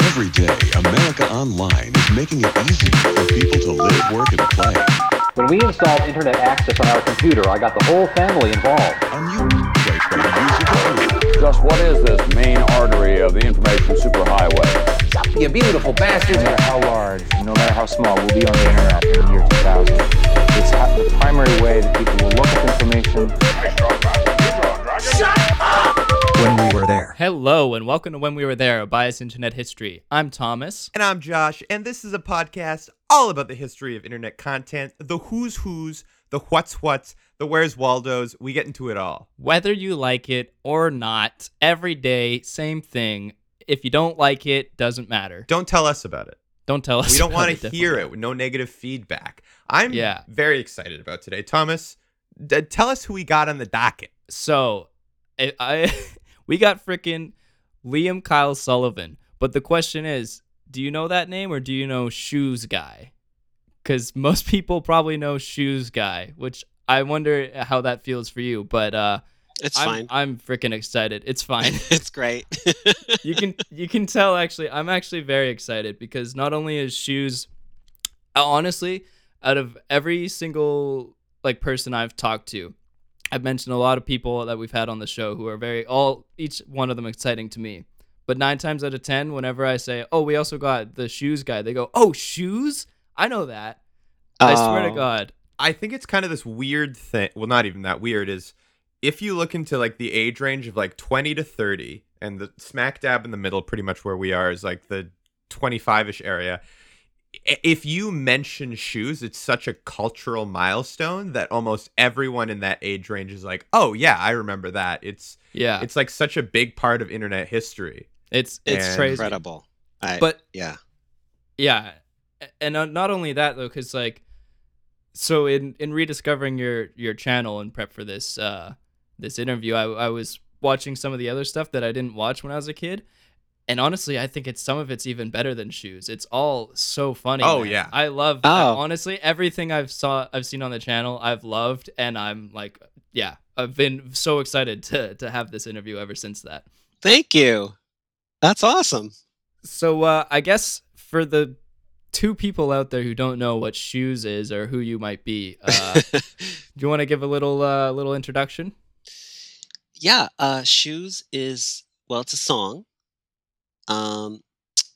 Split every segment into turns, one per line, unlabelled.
Every day, America Online is making it easy for people to live, work, and play.
When we installed internet access on our computer, I got the whole family involved.
Unmute, play, play music, and food.
Just what is this main artery of the information superhighway?
You beautiful bastards.
matter how large, no matter how small, we'll be on the internet in the year 2000. It's how, the primary way that people will look up information.
when we were there.
Hello and welcome to When We Were There, a bias internet history. I'm Thomas.
And I'm Josh, and this is a podcast all about the history of internet content, the who's who's, the what's what's, the where's Waldo's. We get into it all.
Whether you like it or not, every day, same thing. If you don't like it, doesn't matter.
Don't tell us about it.
Don't tell us.
We don't
about
want to
definitely.
hear it. No negative feedback. I'm
Yeah.
very excited about today. Thomas, d- tell us who we got on the docket.
So, I, I we got frickin' Liam Kyle Sullivan. But the question is, do you know that name or do you know Shoes Guy? Because most people probably know Shoes Guy, which I wonder how that feels for you. But uh,
It's
I'm,
fine.
I'm freaking excited. It's fine.
it's great.
you can you can tell actually I'm actually very excited because not only is shoes uh, honestly out of every single like person I've talked to I've mentioned a lot of people that we've had on the show who are very all each one of them exciting to me but 9 times out of 10 whenever I say oh we also got the shoes guy they go oh shoes I know that I swear to
Oh.
god
I think it's kind of this weird thing. Well, not even that weird. Is if you look into like the age range of like 20 to 30, and the smack dab in the middle, pretty much where we are, is like the 25 ish area. I- If you mention shoes, it's such a cultural milestone that almost everyone in that age range is like, "Oh yeah, I remember that." It's
yeah it's
it's like such a big part of internet history.
it's,
It's
And-
crazy
incredible. I,
but
yeah,
Yeah, A- and uh, not only that though, because like, so in in rediscovering your your channel in prep for this uh this interview, I I was watching some of the other stuff that I didn't watch when I was a kid, and honestly, I think it's some of it's even better than shoes. It's all so funny.
Oh,
man.
yeah.
I love.
Oh.
I- honestly, everything I've saw I've seen on the channel, I've loved, and I'm like, yeah, I've been so excited to to have this interview ever since that.
thank you. That's awesome.
So uh, I guess for the two people out there who don't know what shoes is or who you might be, uh, do you want to give a little uh, little introduction?
yeah, uh, shoes is well, it's a song, um,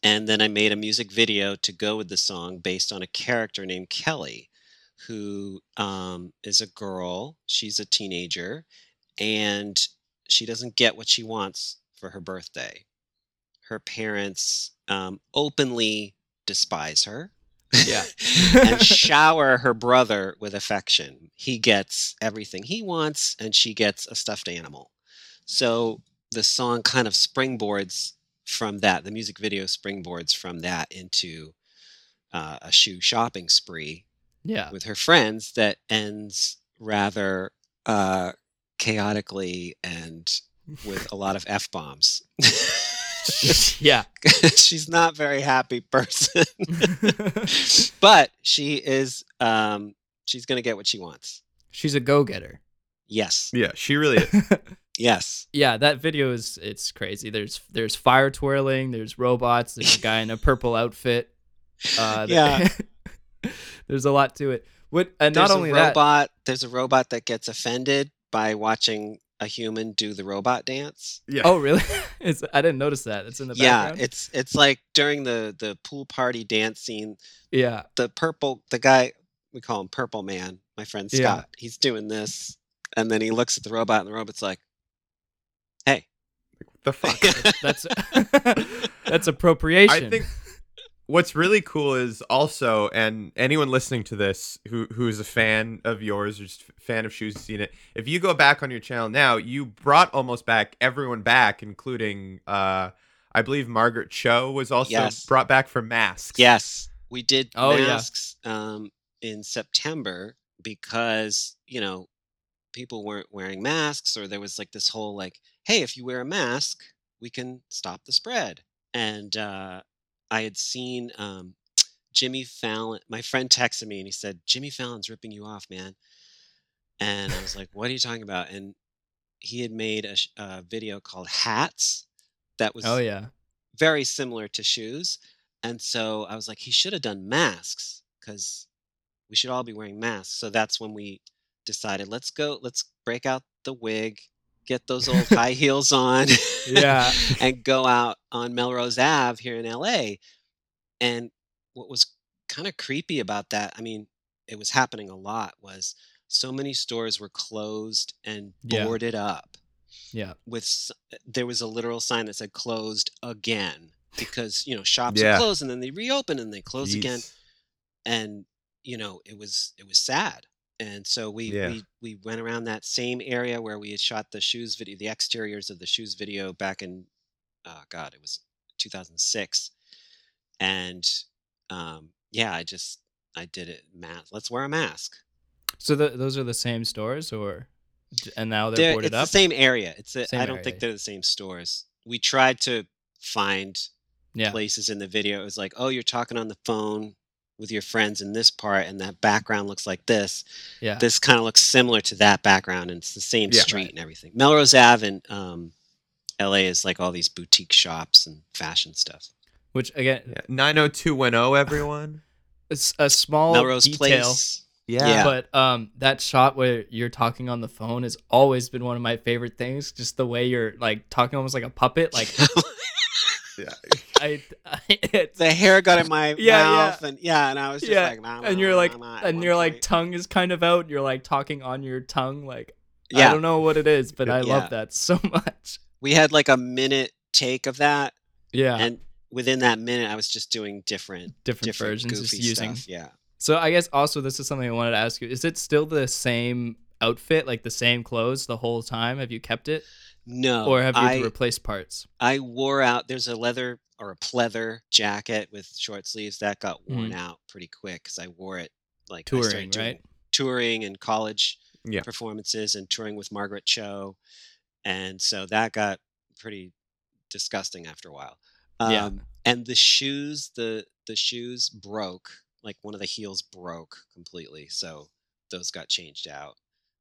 and then I made a music video to go with the song based on a character named Kelly, who um, is a girl. She's a teenager, and she doesn't get what she wants for her birthday. Her parents um, openly despise her.
Yeah.
and shower her brother with affection. He gets everything he wants, and she gets a stuffed animal. So the song kind of springboards from that. The music video springboards from that into uh, a shoe shopping spree uh,
Yeah.
with her friends that ends rather uh, chaotically and with a lot of f bombs.
Yeah.
She's not a very happy person. but she is um she's gonna get what she wants
She's a go-getter.
yes
Yeah, she really is.
yes
Yeah, that video is it's crazy. There's there's fire twirling, there's robots, there's a guy in a purple outfit. Uh,
Yeah.
there's a lot to it. What and
there's
not only
a
that,
robot there's a robot that gets offended by watching a human do the robot dance
yeah.
Oh really? it's, I didn't notice that. It's in the
yeah
background.
it's it's like during the the pool party dance scene
yeah.
the purple the guy we call him purple man my friend
Yeah.
scott he's doing this and then he looks at the robot and the robot's like
the fuck.
That's that's appropriation.
I think what's really cool is also, and anyone listening to this who who is a fan of yours or just a fan of shoes, has seen it. If you go back on your channel now, you brought almost back everyone back, including uh, I believe Margaret Cho was also
Yes.
brought back for masks.
Yes, we did
Oh, yeah.
masks um, in September because you know people weren't wearing masks, or there was like this whole like, hey, if you wear a mask, we can stop the spread. And uh, I had seen um, Jimmy Fallon. My friend texted me and he said, Jimmy Fallon's ripping you off, man. And I was like, what are you talking about? And he had made a, sh- a video called Hats that was
Oh yeah.
very similar to shoes. And so I was like, he should have done masks because we should all be wearing masks. So that's when we decided, let's go, let's break out the wig, get those old high heels on,
Yeah.
and go out on Melrose Ave here in LA. And what was kind of creepy about that, I mean, it was happening a lot, was so many stores were closed and
Yeah.
boarded up
Yeah.
with s- there was a literal sign that said closed again because you know shops
Yeah.
are closed and then they reopen and they close again
Jeez.
and you know it was it was sad and so we
Yeah.
we we went around that same area where we had shot the shoes video the exteriors of the shoes video back in oh god it was 2006 and um yeah i just i did it mask let's wear a mask
So th those are the same stores, or and now they're,
They're-
boarded
it's
up.
the same area it's a,
Same
i don't
area.
think they're the same stores we tried to find
yeah.
places in the video. It was like, oh, you're talking on the phone with your friends in this part, and that background looks like this.
Yeah.
This kind of looks similar to that background, and it's the same
Yeah.
street and everything. Melrose Ave in um, LA is like all these boutique shops and fashion stuff.
Which again,
Yeah. 90210, everyone.
it's a small
Melrose
detail.
Place.
Yeah.
But um, that shot where you're talking on the phone has always been one of my favorite things. Just the way you're like talking almost like a puppet. Like
Yeah.
I, I it's,
the hair got in my
Yeah,
mouth, and yeah, and I was just
Yeah,
like, nah, nah,
and you're
nah,
like,
nah, at
and
one
your like
point.
tongue is kind of out. You're like talking on your tongue. Like I
yeah.
don't know what it is, but I
Yeah.
love that so much.
We had like a minute take of that,
Yeah.
and within that minute, I was just doing different,
different,
different
versions,
goofy
just using
stuff. Yeah.
So I guess also this is something I wanted to ask you. Is it still the same outfit, like the same clothes the whole time? Have you kept it?
No.
or have you
I,
replaced parts?
I wore out. There's a leather or a pleather jacket with short sleeves that got worn out pretty quick because I wore it like I started
Mm. Touring,
doing
right?
Touring and college
Yeah.
performances and touring with Margaret Cho, and so that got pretty disgusting after a while. Um,
Yeah.
And the shoes, the the shoes broke. Like one of the heels broke completely, so those got changed out.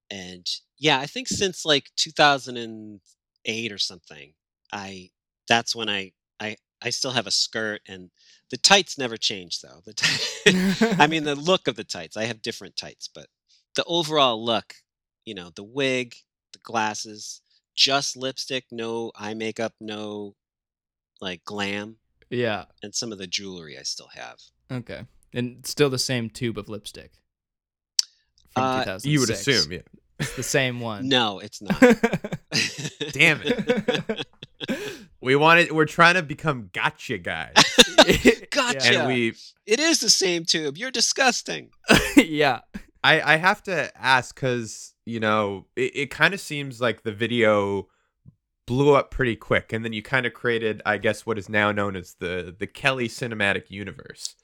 And yeah, I think since like 2008 or something, I that's when I I I still have a skirt and the tights never change though. The t- I mean the look of the tights. I have different tights, but the overall look, you know, the wig, the glasses, just lipstick, no eye makeup, no like glam,
Yeah.
and some of the jewelry I still have.
Okay. And still the same tube of lipstick. From
Uh,
2006.
You would assume, yeah.
It's the same one.
No, it's not.
Damn it. We wanted we're trying to become gotcha guys.
Gotcha.
And we
It is the same tube. You're disgusting.
yeah.
I, I have to ask because, you know, it, it kind of seems like the video blew up pretty quick. And then you kind of created, I guess, what is now known as the, the Kelly cinematic universe.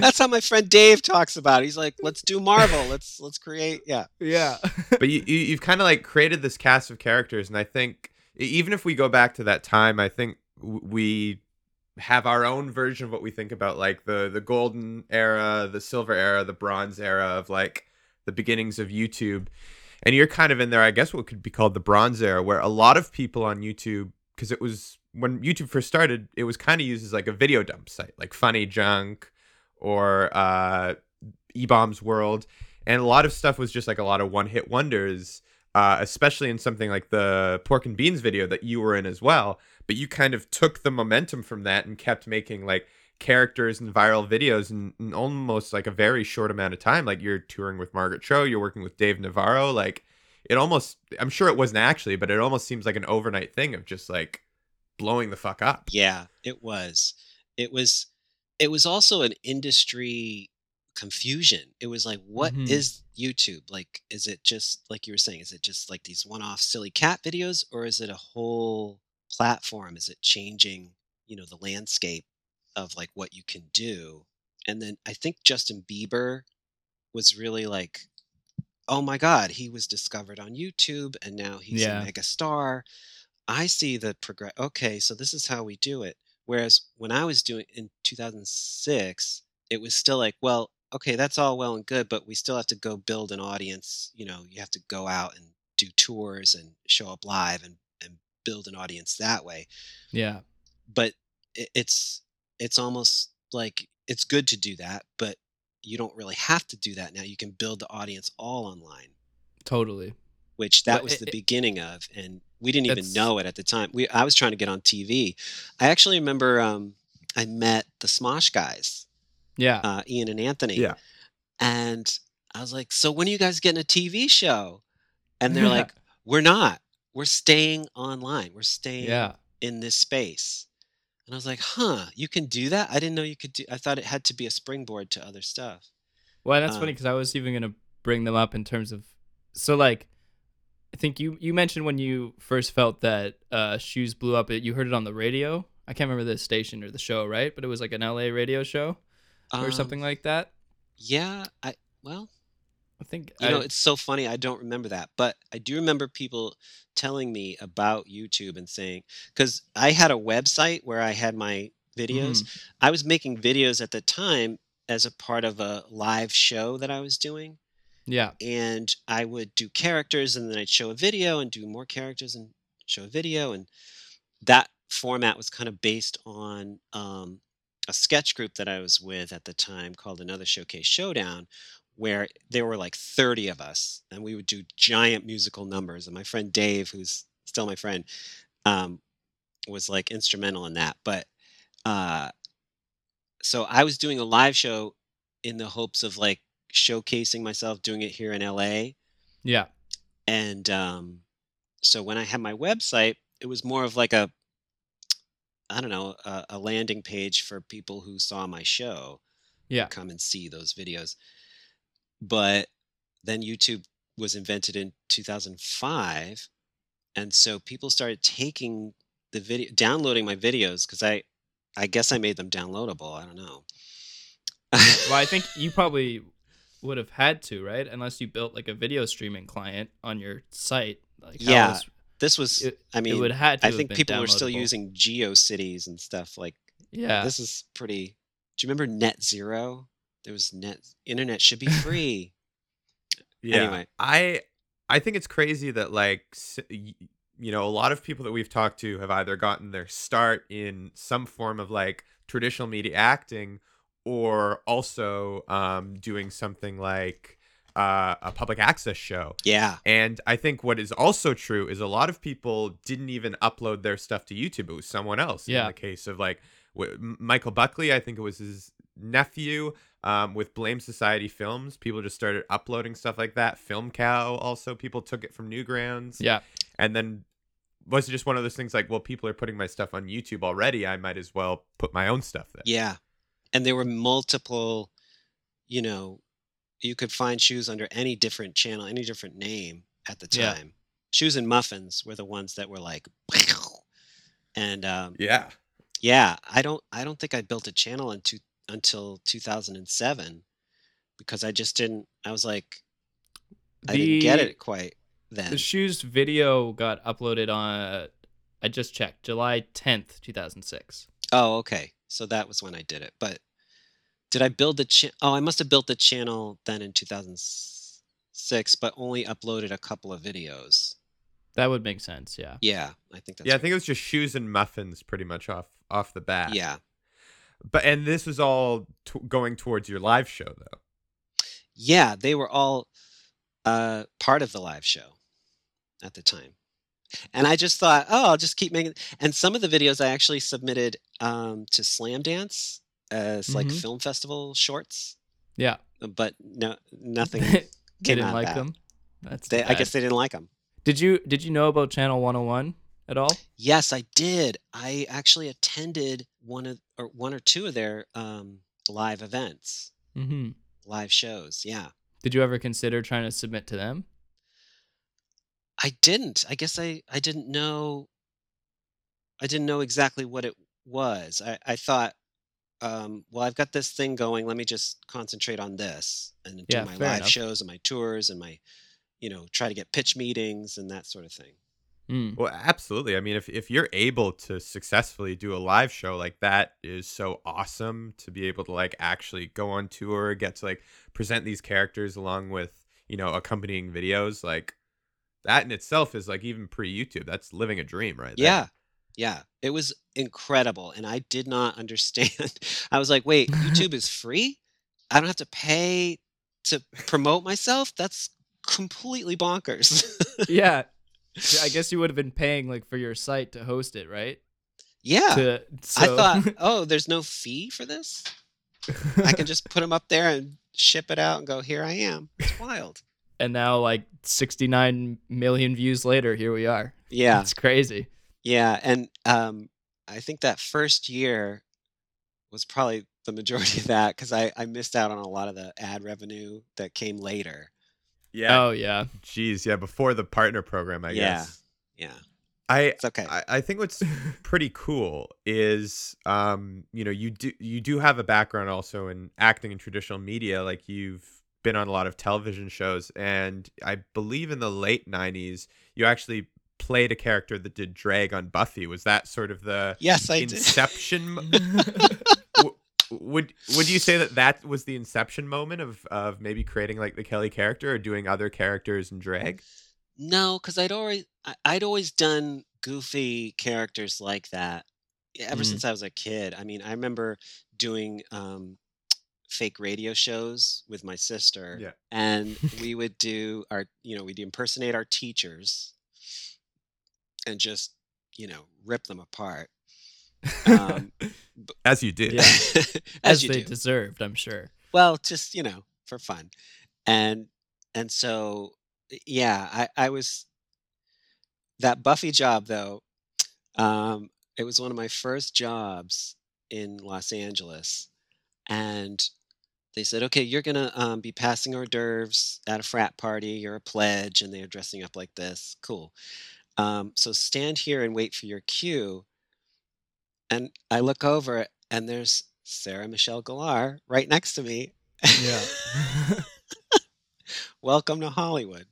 That's how my friend Dave talks about it. He's like, let's do Marvel. Let's let's create. Yeah.
Yeah.
but you, you, you've kind of like created this cast of characters. And I think, e- even if we go back to that time, I think w- we have our own version of what we think about like the the golden era, the silver era, the bronze era of like the beginnings of YouTube. And you're kind of in there, I guess what could be called the bronze era where a lot of people on YouTube because it was when YouTube first started, it was kind of used as like a video dump site, like Funny Junk or uh E-Bombs World. And a lot of stuff was just like a lot of one-hit wonders. Uh, especially in something like the pork and beans video that you were in as well, but you kind of took the momentum from that and kept making like characters and viral videos in, in almost like a very short amount of time like you're touring with margaret cho you're working with dave navarro like it almost i'm sure it wasn't actually but it almost seems like an overnight thing of just like blowing the fuck up
Yeah, it was. It was it was also an industry confusion. It was like what is
Mhm.
YouTube? Like is it just like you were saying is it just like these one-off silly cat videos or is it a whole platform? Is it changing, you know, the landscape of like what you can do? And then I think Justin Bieber was really like oh my god, he was discovered on YouTube and now he's
Yeah.
a mega star. I see the progress. Okay, so this is how we do it. Whereas when I was doing in 2006, it was still like, well, okay, that's all well and good, but we still have to go build an audience. You know, you have to go out and do tours and show up live and, and build an audience that way.
yeah.
but i- it's it's almost like it's good to do that, but you don't really have to do that now. You can build the audience all online,
Totally.
which that
Well,
was
it-
the
it-
beginning of, and we didn't even
That's-
know it at the time. We I was trying to get on TV. I actually remember um, I met the Smosh guys
Yeah.
uh, Ian and Anthony.
Yeah.
And I was like, so when are you guys getting a TV show? And they're like, we're not. We're staying online. We're staying
yeah.
in this space. And I was like, huh, you can do that? I didn't know you could do I thought it had to be a springboard to other stuff.
Well, that's
Uh,
funny because I was even gonna bring them up in terms of so like I think you you mentioned when you first felt that uh, shoes blew up. It, you heard it on the radio. I can't remember the station or the show, right? But it was like an LA radio show or
Um,
something like that.
Yeah, I well,
I think
you
I,
know, it's so funny. I don't remember that, but I do remember people telling me about YouTube and saying because I had a website where I had my videos.
Mm.
I was making videos at the time as a part of a live show that I was doing,
yeah.
and I would do characters, and then I'd show a video and do more characters and show a video, and that format was kind of based on um, a sketch group that I was with at the time called Another Showcase Showdown, where there were like 30 of us, and we would do giant musical numbers. And my friend Dave, who's still my friend, um, was like instrumental in that. But uh, so I was doing a live show in the hopes of like showcasing myself, doing it here in LA.
Yeah.
And um, so when I had my website, it was more of like a, I don't know, a, a landing page for people who saw my show.
Yeah.
Come and see those videos. But then YouTube was invented in 2005. And so people started taking the video, downloading my videos because I, I guess I made them downloadable. I don't know.
Well, I think you probably would have had to, right? Unless you built like a video streaming client on your site. Like how
Yeah,
else-
this was,
it,
I mean,
it would had to
I
have
think
been
people were still
downloadable.
using GeoCities and stuff like
Yeah.
this is pretty. Do you remember Net Zero? There was net internet should be free.
Yeah.
Anyway.
I I think it's crazy that like s- y- you know a lot of people that we've talked to have either gotten their start in some form of like traditional media acting or also um doing something like uh, a public access show.
yeah,
And I think what is also true is a lot of people didn't even upload their stuff to YouTube. It was someone else.
Yeah.
In the case of like w- M- Michael Buckley, I think it was his nephew um, with Blame Society Films. People just started uploading stuff like that. Film Cow also, people took it from Newgrounds.
Yeah.
And then was it just one of those things like, well, people are putting my stuff on YouTube already. I might as well put my own stuff there.
yeah, and there were multiple. You know, you could find shoes under any different channel, any different name at the
Yeah.
time. Shoes and muffins were the ones that were like, and um,
Yeah.
yeah, I don't, I don't think I built a channel in two, until 2007 because I just didn't. I was like, I didn't get
The-
it quite then.
The shoes video got uploaded on. uh, I just checked, July tenth, two thousand six.
Oh, okay. So that was when I did it. But did I build the channel? Oh, I must have built the channel then in 2006, but only uploaded a couple of videos.
That would make sense. Yeah.
Yeah, I think that's
yeah, I think it was just shoes and muffins pretty much off off the bat.
right. yeah,
But and this was all t- going towards your live show though.
yeah. They were all uh, part of the live show at the time, and I just thought, oh, I'll just keep making. And some of the videos I actually submitted um, to Slam Dance as like
Mhm.
film festival shorts,
Yeah.
but no, nothing.
they
came out
didn't
of
like
that.
them. That's
They,
too
I guess
bad.
they didn't like them.
Did you did you know about Channel 101 at all?
Yes, I did. I actually attended one of or one or two of their um, live events,
Mm-hmm.
live shows. Yeah,
Did you ever consider trying to submit to them?
I didn't. I guess I I didn't know. I didn't know exactly what it was. I I thought, um, well, I've got this thing going. Let me just concentrate on this and do
Yeah,
my
fair
live
enough.
shows and my tours and my, you know, try to get pitch meetings and that sort of thing.
Mm.
Well, absolutely. I mean, if if you're able to successfully do a live show like that is so awesome to be able to like actually go on tour, get to like present these characters along with, you know, accompanying videos like that in itself is like even pre YouTube. That's living a dream right there.
Yeah, Yeah, it was incredible. And I did not understand. I was like, wait, YouTube is free? I don't have to pay to promote myself? That's completely bonkers.
yeah. I guess you would have been paying like for your site to host it, right?
yeah.
To- so,
I thought, oh, there's no fee for this? I can just put them up there and ship it out and go, here I am. It's wild.
and now like 69 million views later, here we are.
Yeah.
It's crazy.
Yeah, and um, I think that first year was probably the majority of that because I, I missed out on a lot of the ad revenue that came later.
Yeah.
Oh yeah.
Jeez. Yeah. Before the partner program, I
Yeah.
guess.
Yeah,
I,
it's okay.
I, I think what's pretty cool is um you know you do you do have a background also in acting and traditional media like you've been on a lot of television shows and I believe in the late 90s you actually played a character that did drag on Buffy was that sort of the
yes, I did.
inception mo- w- would would you say that that was the inception moment of of maybe creating like the Kelly character or doing other characters in drag
No, because I'd always I- I'd always done goofy characters like that yeah, ever
Mm.
since I was a kid. I mean, I remember doing um, fake radio shows with my sister,
Yeah.
and we would do our you know we'd impersonate our teachers and just you know rip them apart. Um,
as you did
Yeah.
as,
As,
you
they
do
deserved, I'm sure.
well just you know for fun and and so yeah i i was that buffy job though um it was one of my first jobs in los angeles and they said okay you're gonna um, be passing hors d'oeuvres at a frat party you're a pledge and they're dressing up like this cool um, so stand here and wait for your cue and i look over and there's sarah michelle gellar right next to me
Yeah.
welcome to Hollywood.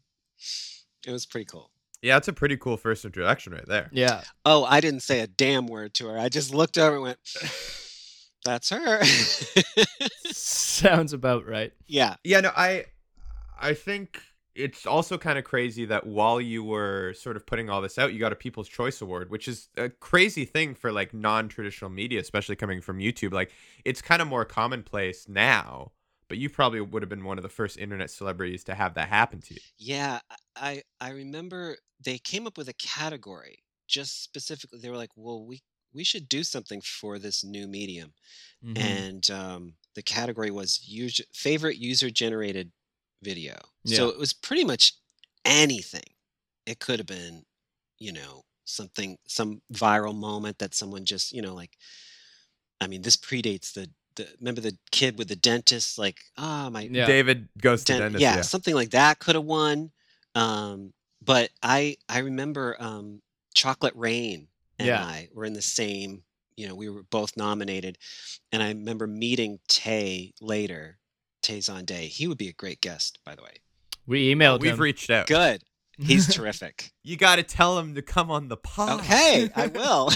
It was pretty cool.
Yeah, it's a pretty cool first introduction right there.
Yeah.
Oh, I didn't say a damn word to her. I just looked over and went, "That's her."
Sounds about right.
yeah,
Yeah, no, I I think it's also kind of crazy that while you were sort of putting all this out, you got a People's Choice Award, which is a crazy thing for like non-traditional media, especially coming from YouTube. Like it's kind of more commonplace now, but you probably would have been one of the first internet celebrities to have that happen to you.
yeah. I I remember they came up with a category just specifically. They were like, "Well, we we should do something for this new medium,"
Mhm.
and um, the category was user, favorite user generated video. So
Yeah.
it was pretty much anything. It could have been, you know, something, some viral moment that someone just, you know, like, I mean, this predates the, the remember the kid with the dentist, like, ah, my
Yeah.
David goes to
Den-
dentist.
yeah,
Yeah.
something like that could have won. Um, but I I remember um, Chocolate Rain and
Yeah.
I were in the same. You know, we were both nominated, and I remember meeting Tay later. Tay's on day. He would be a great guest, by the way.
we emailed
We've
him.
reached out.
Good. He's terrific.
You got to tell him to come on the pod. Oh,
Okay, I will.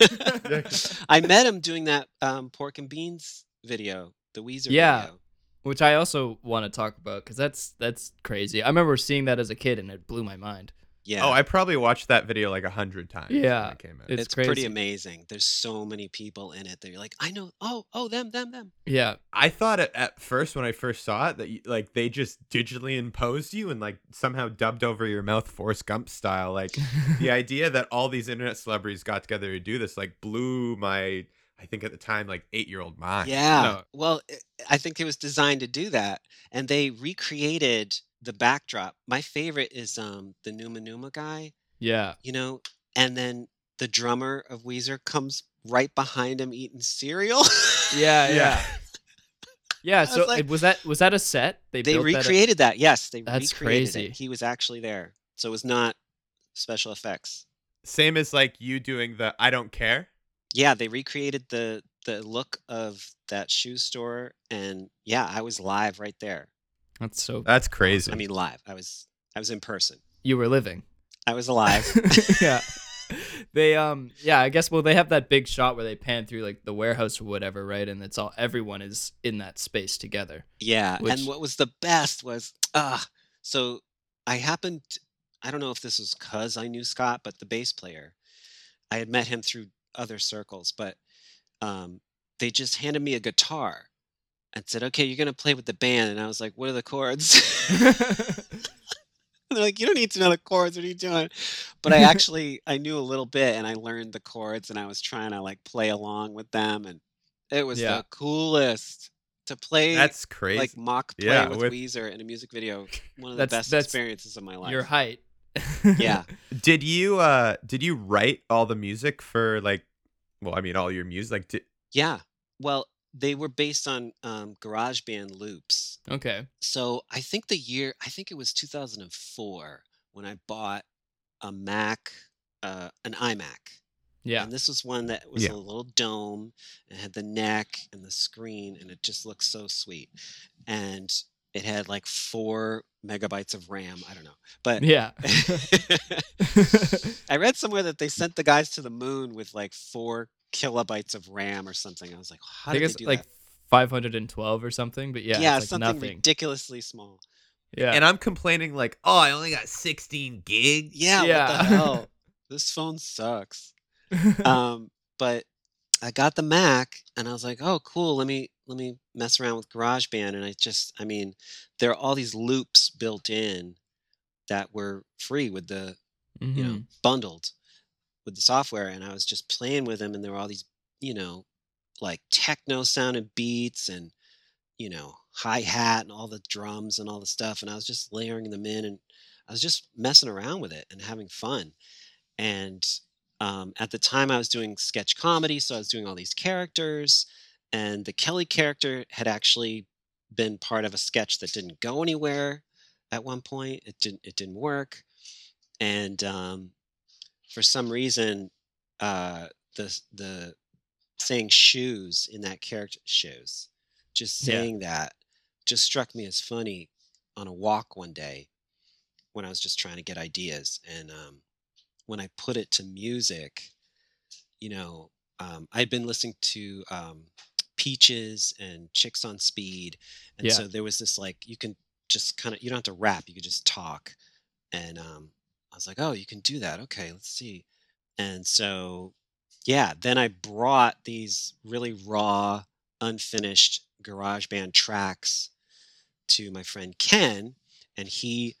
I met him doing that um, pork and beans video, the Weezer
Yeah.
video.
which I also want to talk about because that's that's crazy. I remember seeing that as a kid and it blew my mind.
Yeah.
Oh, I probably watched that video like a hundred times. when
Yeah.
it came out.
It's,
it's,
crazy.
pretty amazing. There's so many people in it that you're like, I know, oh, oh, them, them, them.
yeah,
I thought at, at first when I first saw it that you, like they just digitally imposed you and like somehow dubbed over your mouth Forrest Gump style. Like the idea that all these internet celebrities got together to do this like blew my I think at the time like eight year old mind.
Yeah.
No.
Well, i- I think it was designed to do that, and they recreated the backdrop. My favorite is um, the Numa Numa guy,
yeah,
you know, and then the drummer of Weezer comes right behind him eating cereal.
yeah, yeah,
Yeah.
yeah.
was
So
like-
it- was that was that a set?
they
built that up-
recreated that, Yes, they
That's
recreated
crazy.
it. He was actually there, so it was not special effects.
Same as like you doing the I don't care.
Yeah, they recreated the the look of that shoe store, and yeah, I was live right there.
That's so
That's crazy.
I mean, live. I was I was in person.
you were living.
I was alive.
yeah. They um yeah, I guess well they have that big shot where they pan through like the warehouse or whatever, right? And it's all everyone is in that space together.
Yeah,
which-
and what was the best was ah, so I happened. I don't know if this was cause I knew Scott, but the bass player, I had met him through other circles, but um, they just handed me a guitar and said, "Okay, you're gonna play with the band." And I was like, "What are the chords?" And they're like, "You don't need to know the chords. What are you doing?" But I actually I knew a little bit, and I learned the chords, and I was trying to like play along with them, and it was
Yeah.
the coolest to play.
That's crazy.
like mock play
Yeah,
with,
with-
Weezer in a music video. One of the
That's-
best
that's
experiences of my life.
Your height.
Yeah.
did you uh did you write all the music for like well, I mean all your music like did,
Yeah. Well, they were based on um, GarageBand loops.
Okay.
So I think the year, I think it was 2004 when I bought a Mac, uh, an iMac.
Yeah.
And this was one that was
Yeah.
a little dome and had the neck and the screen, and it just looked so sweet. And it had like four megabytes of RAM. I don't know. But
Yeah.
I read somewhere that they sent the guys to the moon with like four kilobytes of RAM or something. I was like, how
I
did
think
they
it's
do
like
that?
512 or something, but yeah, it's like
something
nothing.
ridiculously small.
Yeah.
and I'm complaining like, "Oh, I only got 16 gigs."
Yeah, what
Yeah.
the hell? this phone sucks. Um, but I got the Mac and I was like, oh, cool. Let me let me mess around with GarageBand. And I just, I mean, there are all these loops built in that were free with the
Mm-hmm.
you know, bundled with the software. And I was just playing with them, and there were all these, you know, like techno sounding beats and, you know, hi hat and all the drums and all the stuff. And I was just layering them in and I was just messing around with it and having fun. And um, at the time, I was doing sketch comedy. So I was doing all these characters. And the Kelly character had actually been part of a sketch that didn't go anywhere at one point. It didn't, it didn't work and um, for some reason, uh, the the saying shoes in that character shoes, just
Yeah.
saying that, just struck me as funny on a walk one day when I was just trying to get ideas, and um, when I put it to music, you know, um, I'd been listening to um, Peaches and Chicks on Speed, and
Yeah.
so there was this like you can just kind of you don't have to rap, you can just talk, and um, I was like, oh, you can do that. Okay, let's see. And so, yeah, then I brought these really raw, unfinished GarageBand tracks to my friend Ken, and he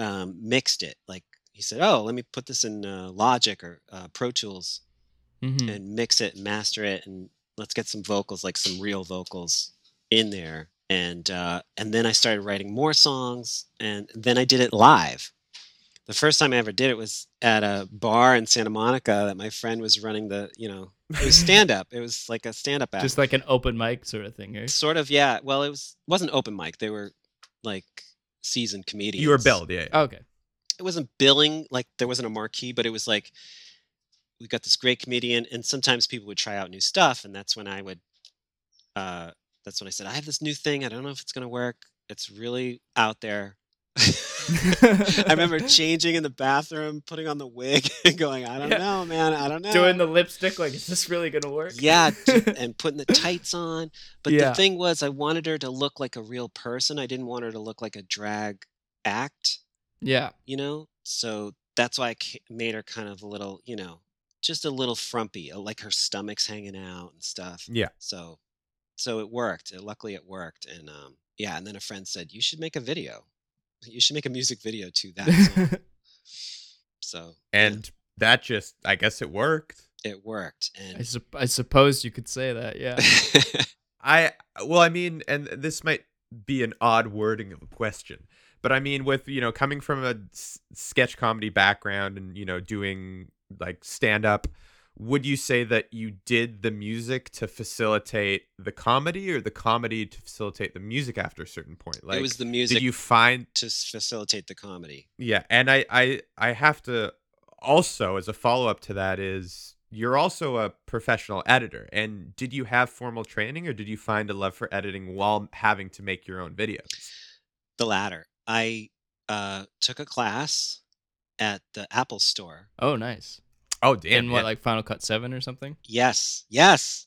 um, mixed it. Like he said, oh, let me put this in uh, Logic or uh, Pro Tools
Mhm.
Mm.
and mix it, and master it, and let's get some vocals, like some real vocals, in there. And uh, and then I started writing more songs, and then I did it live. The first time I ever did it was at a bar in Santa Monica that my friend was running the, you know, it was stand up. It was like a stand up act.
Just like an open mic sort of thing, right?
sort of, yeah. Well, it was wasn't open mic. They were like seasoned comedians.
You were billed, yeah.
Oh,
yeah.
Okay.
it wasn't billing like there wasn't a marquee but it was like we got this great comedian and sometimes people would try out new stuff and that's when i would uh that's when i said i have this new thing i don't know if it's going to work it's really out there i remember changing in the bathroom putting on the wig and going i don't
Yeah.
know man i don't know
Doing the lipstick, like, is this really gonna work?
yeah dude, and putting the tights on but
Yeah.
the thing was i wanted her to look like a real person i didn't want her to look like a drag act
yeah.
you know so that's why i ca- made her kind of a little you know just a little frumpy uh, like her stomach's hanging out and stuff
Yeah.
so so it worked Uh, luckily it worked and um yeah and then a friend said you should make a video you should make a music video to that song. so yeah,
And that just I guess it worked.
it worked
I,
and
sup- I suppose you could say that, yeah.
I well, I mean, and this might be an odd wording of a question, but I mean, with you know, coming from a s- sketch comedy background and you know, doing like stand up, would you say that you did the music to facilitate the comedy, or the comedy to facilitate the music after a certain point? Like,
it was the
did
music
you find
to s- facilitate the comedy
yeah, and I I I have to also as a follow up to that is you're also a professional editor. And did you have formal training or did you find a love for editing while having to make your own videos?
the latter i uh took a class at the apple store
Oh, nice.
Oh damn.
In what, like Final Cut 7 or something?
yes yes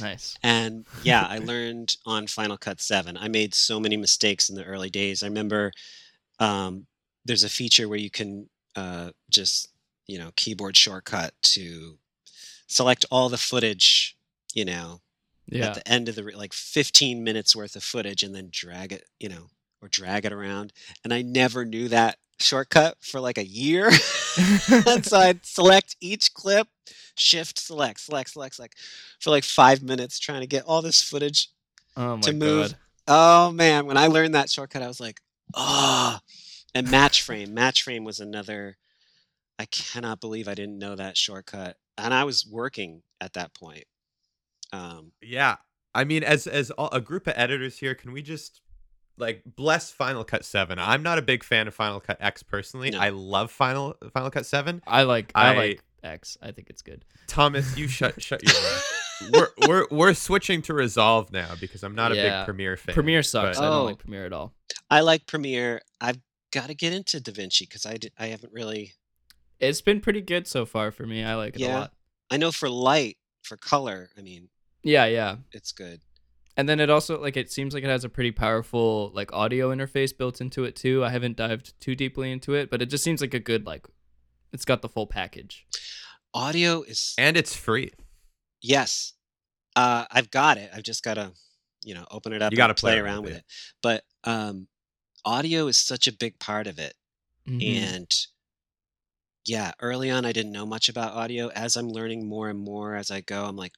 Nice.
And yeah, I learned on Final Cut 7. I made so many mistakes in the early days. I remember um, there's a feature where you can uh, just, you know, keyboard shortcut to select all the footage, you know,
Yeah.
at the end of the re- like 15 minutes worth of footage and then drag it, you know, or drag it around. And I never knew that shortcut for like a year. And so I'd select each clip, shift, select, select, select, select for like five minutes trying to get all this footage.
oh my
to move-
god.
Oh man, when I learned that shortcut, I was like, ah. And match frame, match frame was another. I cannot believe I didn't know that shortcut. And I was working at that point. Um,
Yeah, I mean, as as all, a group of editors here, can we just like bless Final Cut Seven? I'm not a big fan of Final Cut X personally.
No.
I love Final Final Cut Seven.
I like I,
I-
like X. I think it's good.
Thomas, you shut shut your mouth. we're we're we're switching to Resolve now because I'm not a
Yeah.
big Premiere fan.
Premiere sucks.
but-
I
Oh.
don't like Premiere at all.
I like Premiere. I've got to get into DaVinci because I, d- I haven't really.
It's been pretty good so far for me. I like it
Yeah.
a lot.
I know for light, for color, I mean,
Yeah, yeah.
it's good.
And then it also like it seems like it has a pretty powerful like audio interface built into it too. I haven't dived too deeply into it, but it just seems like a good like it's got the full package.
Audio is
and it's free.
yes. Uh, I've got it. I've just got to, you know, open it up.
You
got to
gotta play around
around
with
with it. But um, audio is such a big part of it.
Mm-hmm.
Mm-hmm.
and yeah early on i didn't know much about audio as i'm learning more and more as i go i'm like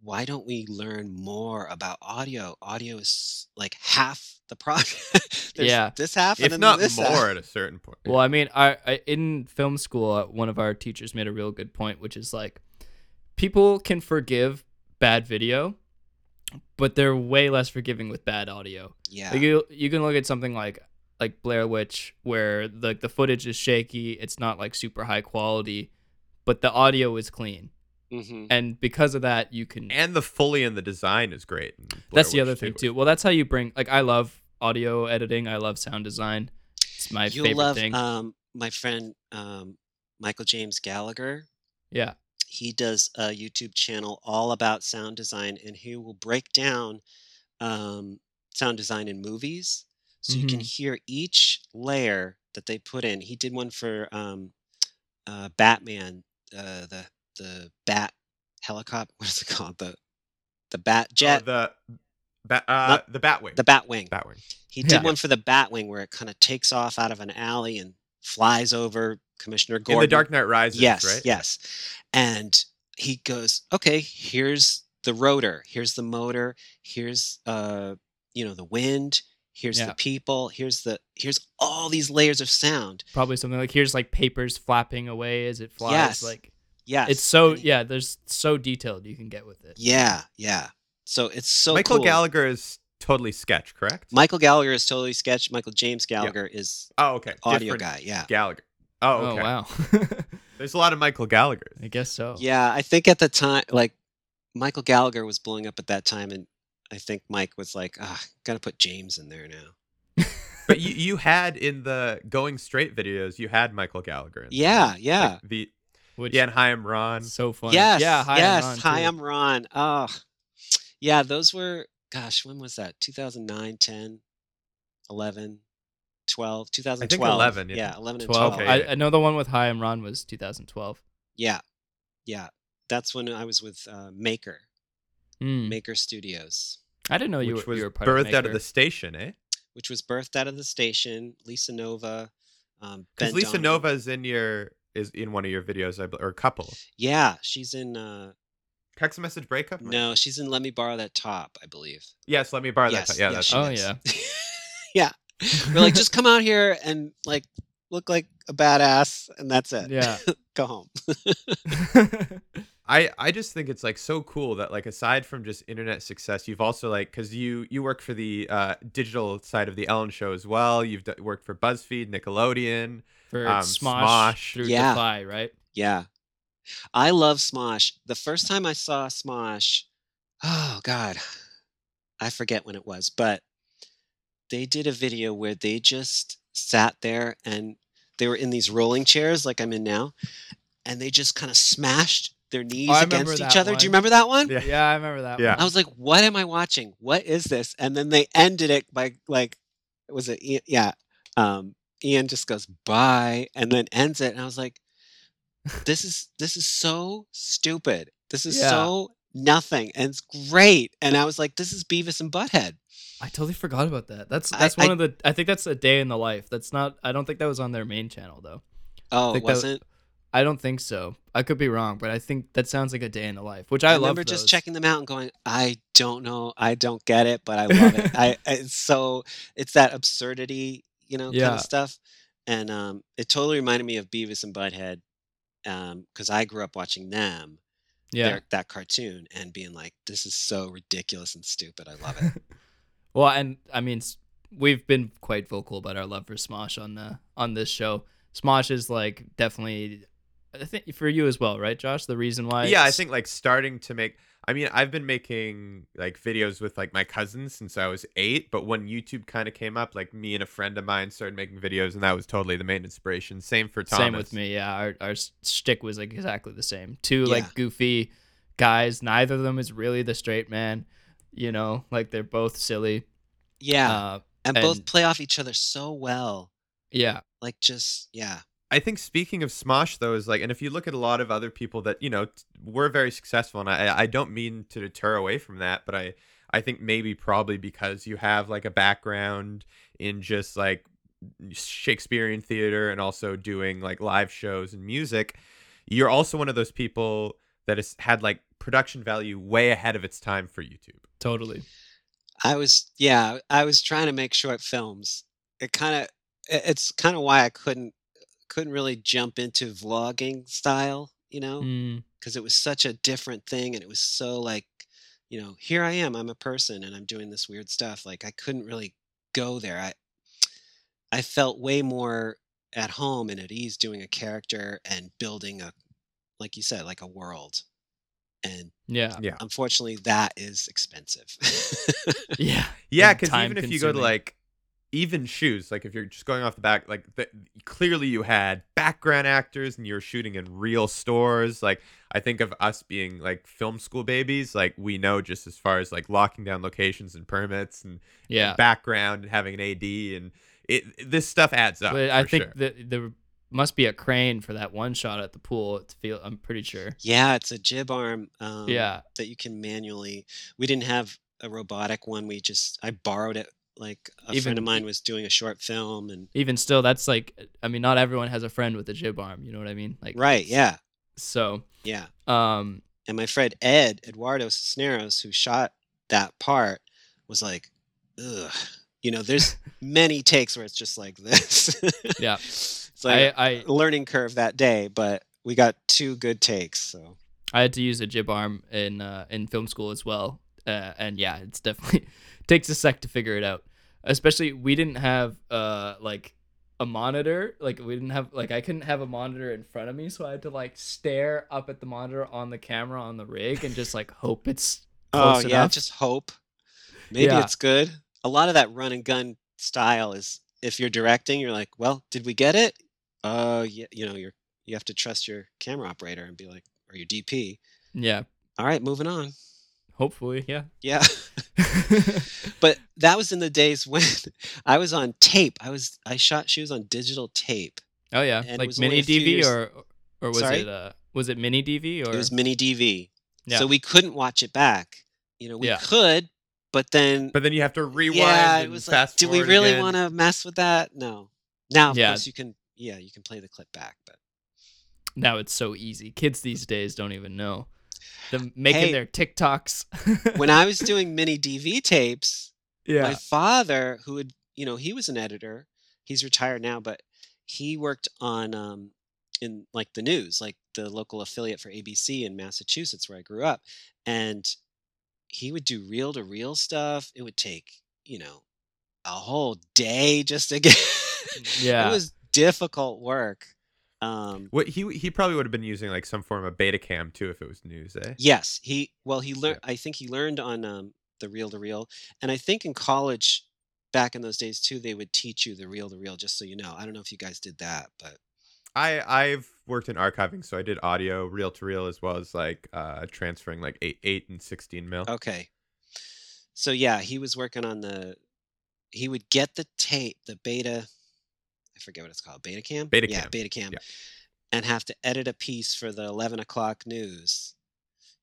why don't we learn more about audio audio is like half the project There's
Yeah.
this half and
If
then
not
this
more,
half.
at a certain point.
Well, I mean, I, I in film school, uh, one of our teachers made a real good point, which is like, people can forgive bad video, but they're way less forgiving with bad audio.
yeah
Like you you can look at something like like Blair Witch, where like the footage is shaky, it's not like super high quality, but the audio is clean,
hmm
and because of that, you can.
and the Foley and the design is great. in Blair
that's the
Witch
other thing too. Well, that's how you bring. Like I love audio editing. I love sound design. It's my
you'll
favorite
love
thing.
um my friend um michael james gallagher
yeah.
he does a YouTube channel all about sound design, and he will break down um, sound design in movies, so you can
Mhm.
hear each layer that they put in. He did one for um, uh, Batman, uh, the the bat helicopter. What is it called? The the bat
Oh,
jet,
the ba- uh,
Not-
the Batwing.
the Batwing.
Batwing.
He did
Yeah.
one for the Batwing where it kind of takes off out of an alley and flies over Commissioner Gordon
In the Dark Knight Rises,
yes,
right?
yes. And he goes, okay, here's the rotor, here's the motor, here's uh, you know, the wind, here's
Yeah.
the people, here's the here's all these layers of sound.
probably something like here's like papers flapping away as it flies
Yes.
like
Yes.
it's so
and he-
yeah there's so detailed you can get with it
Yeah, yeah. So it's so
Michael
cool.
Gallagher is totally sketch, correct?
Michael Gallagher is totally sketch. Michael James Gallagher is
oh, okay.
audio
Different
guy. Yeah.
Gallagher. Oh, okay.
oh wow
There's a lot of Michael Gallagher's.
i guess so
Yeah, I think at the time, like Michael Gallagher was blowing up at that time, and I think Mike was like, ah, gotta put James in there now.
but you, you had in the Going Straight videos, you had Michael Gallagher. In there.
Yeah,
Like
yeah.
the
which
yeah, and Hi, I'm Ron.
so funny
Yes.
yeah hi
yes.
I'm on,
hi,
too.
I'm Ron. Oh, yeah. Those were, gosh, when was that? 2009, 10, 11, 12, 2012.
11, yeah.
11 and
12
12.
Okay,
I,
yeah.
I know the one with hi i'm ron was 2012
Yeah. Yeah. That's when I was with uh, Maker,
Hmm.
Maker Studios,
i didn't know you
which
were,
was
you were part
birthed
of,
out of
Maker.
the station, eh?
which was birthed out of the station, Lisa Nova. Um,
Because
Ben
Lisa
Donovan.
Nova is in your is in one of your videos, I bel- or a couple.
Yeah. She's in, uh,
Text message breakup. or-
no, she's in Let Me Borrow That Top, I believe.
Yes, let me borrow
Yes,
that. ti- Yeah,
yes,
that's
she
oh
is.
yeah
yeah. We're like, just come out here and like look like a badass, and that's it.
yeah
Go home.
I I just think it's like so cool that like aside from just internet success, you've also like because you you work for the uh, digital side of the Ellen Show as well. You've d- worked for BuzzFeed, Nickelodeon.
for
Um,
smosh,
Smosh.
through
Yeah.
defy right
Yeah. I love Smosh. The first time I saw Smosh, oh God, I forget when it was, but they did a video where they just sat there and they were in these rolling chairs like I'm in now, and they just kind of smashed their knees
Oh, I remember
against each
that
other. Do
one.
you remember that one?
Yeah.
yeah i remember that
Yeah.
one.
I was like, "What am I watching? What is this?" And then they ended it by like, was it? Ian? Yeah, um, Ian just goes bye and then ends it, and I was like, this is this is so stupid. This is
Yeah.
so nothing, and it's great. And I was like, this is Beavis and Butthead.
I totally forgot about that. That's
I-
that's one
I-
of the. I think that's a day in the life. That's not. I don't think that was on their main channel though.
Oh, it
think that-
wasn't.
I don't think so. I could be wrong, but I think that sounds like a day in the life, which I,
I,
love.
remember just checking them out and going, I don't know, I don't get it, but I love it. I I- it's so it's that absurdity, you know, kind
Yeah.
of stuff. And um, it totally reminded me of Beavis and Butthead because I grew up watching them,
Yeah.
their, that cartoon, and being like, this is so ridiculous and stupid. I love it.
Well, and I mean, s- we've been quite vocal about our love for Smosh on the on this show. Smosh is like definitely, I think for you as well, right, Josh? The reason why.
yeah, I
it's-
think like starting to make. I mean, I've been making like videos with like my cousins since I was eight, but when YouTube kind of came up, like me and a friend of mine started making videos, and that was totally the main inspiration. Same for Thomas.
Same with me. Yeah, our our s- shtick was like exactly the same. Two
Yeah.
like goofy guys. Neither of them is really the straight man. You know, like they're both silly.
Yeah.
Uh,
and both
and-
play off each other so well.
yeah.
Like, just, yeah.
I think speaking of Smosh though is like, and if you look at a lot of other people that you know t- were very successful, and I I don't mean to deter away from that, but I I think maybe probably because you have like a background in just like Shakespearean theater and also doing like live shows and music, you're also one of those people that has had like production value way ahead of its time for YouTube.
Totally.
I was, yeah, I was trying to make short films. It kind of, it's kind of why I couldn't, couldn't really jump into vlogging style, you know,
Mm,
because it was such a different thing and it was so like, you know, here I am, I'm a person and I'm doing this weird stuff. Like, I couldn't really go there. I, I felt way more at home and at ease doing a character and building a, like you said, like a world. And
yeah.
unfortunately that is expensive
Yeah.
Yeah,
and
because even if you go to
time-consuming.
like even shoes, like if you're just going off the back, like the, clearly you had background actors and you're shooting in real stores. Like I think of us being like film school babies, like we know just as far as like locking down locations and permits and
Yeah.
background and having an AD and it this stuff adds up.
But I
for
think
sure.
that there must be a crane for that one shot at the pool. To feel, I'm pretty sure.
yeah it's a jib arm um,
yeah.
that you can manually we didn't have a robotic one we just i borrowed it like a friend
Even-
of mine was doing a short film and
Even still, that's like, I mean, not everyone has a friend with a jib arm. You know what I mean? Like,
right yeah
So,
yeah
um,
and my friend ed eduardo cisneros who shot that part was like ugh you know there's many takes where it's just like this
Yeah.
it's like
I, I
a learning curve that day but we got two good takes so
I had to use a jib arm in uh, in film school as well, uh, and yeah, it's definitely takes a sec to figure it out. Especially we didn't have uh like a monitor, like we didn't have like I couldn't have a monitor in front of me, so I had to like stare up at the monitor on the camera on the rig and just like hope it's
Oh
close
yeah,
enough.
just hope. Maybe
Yeah.
it's good. A lot of that run and gun style is if you're directing, you're like, well, did we get it? Uh, yeah, you know, you're you have to trust your camera operator and be like, or your DP.
yeah.
All right, moving on.
Hopefully, yeah.
Yeah, but that was in the days when I was on tape. I was I shot shoes on digital tape.
oh yeah,
And it
like
was only a
mini
few
DV
years-
or or was
Sorry?
it uh was it mini DV or
It was mini DV,
Yeah.
so we couldn't watch it back. You know, we
Yeah.
could, but then
but then you have to rewind
yeah, it
and
was like,
fast
do we
forward
really
again.
want to mess with that? No. Now, of
Yeah.
course, you can. Yeah, you can play the clip back, but
now it's so easy. Kids these days don't even know. Them making
Hey.
their TikToks.
when I was doing mini DV tapes,
yeah.
my father, who had you know, he was an editor. He's retired now, but he worked on um, in like the news, like the local affiliate for ABC in Massachusetts, where I grew up, and he would do reel to reel stuff. It would take you know a whole day just to get.
Yeah.
it was difficult work. Um,
What he he probably would have been using like some form of beta cam too if it was news, eh?
Yes, he well he learned. I think he learned on um, the reel to reel, and I think in college back in those days too, they would teach you the reel to reel. Just so you know, I don't know if you guys did that, but
I I've worked in archiving, so I did audio reel to reel as well as like uh transferring like eight eight and sixteen mil.
okay. So yeah, he was working on the. He would get the tape, the beta. I forget what it's called, beta cam.
Beta
yeah,
cam,
beta cam,
yeah.
and have to edit a piece for the 11 o'clock news.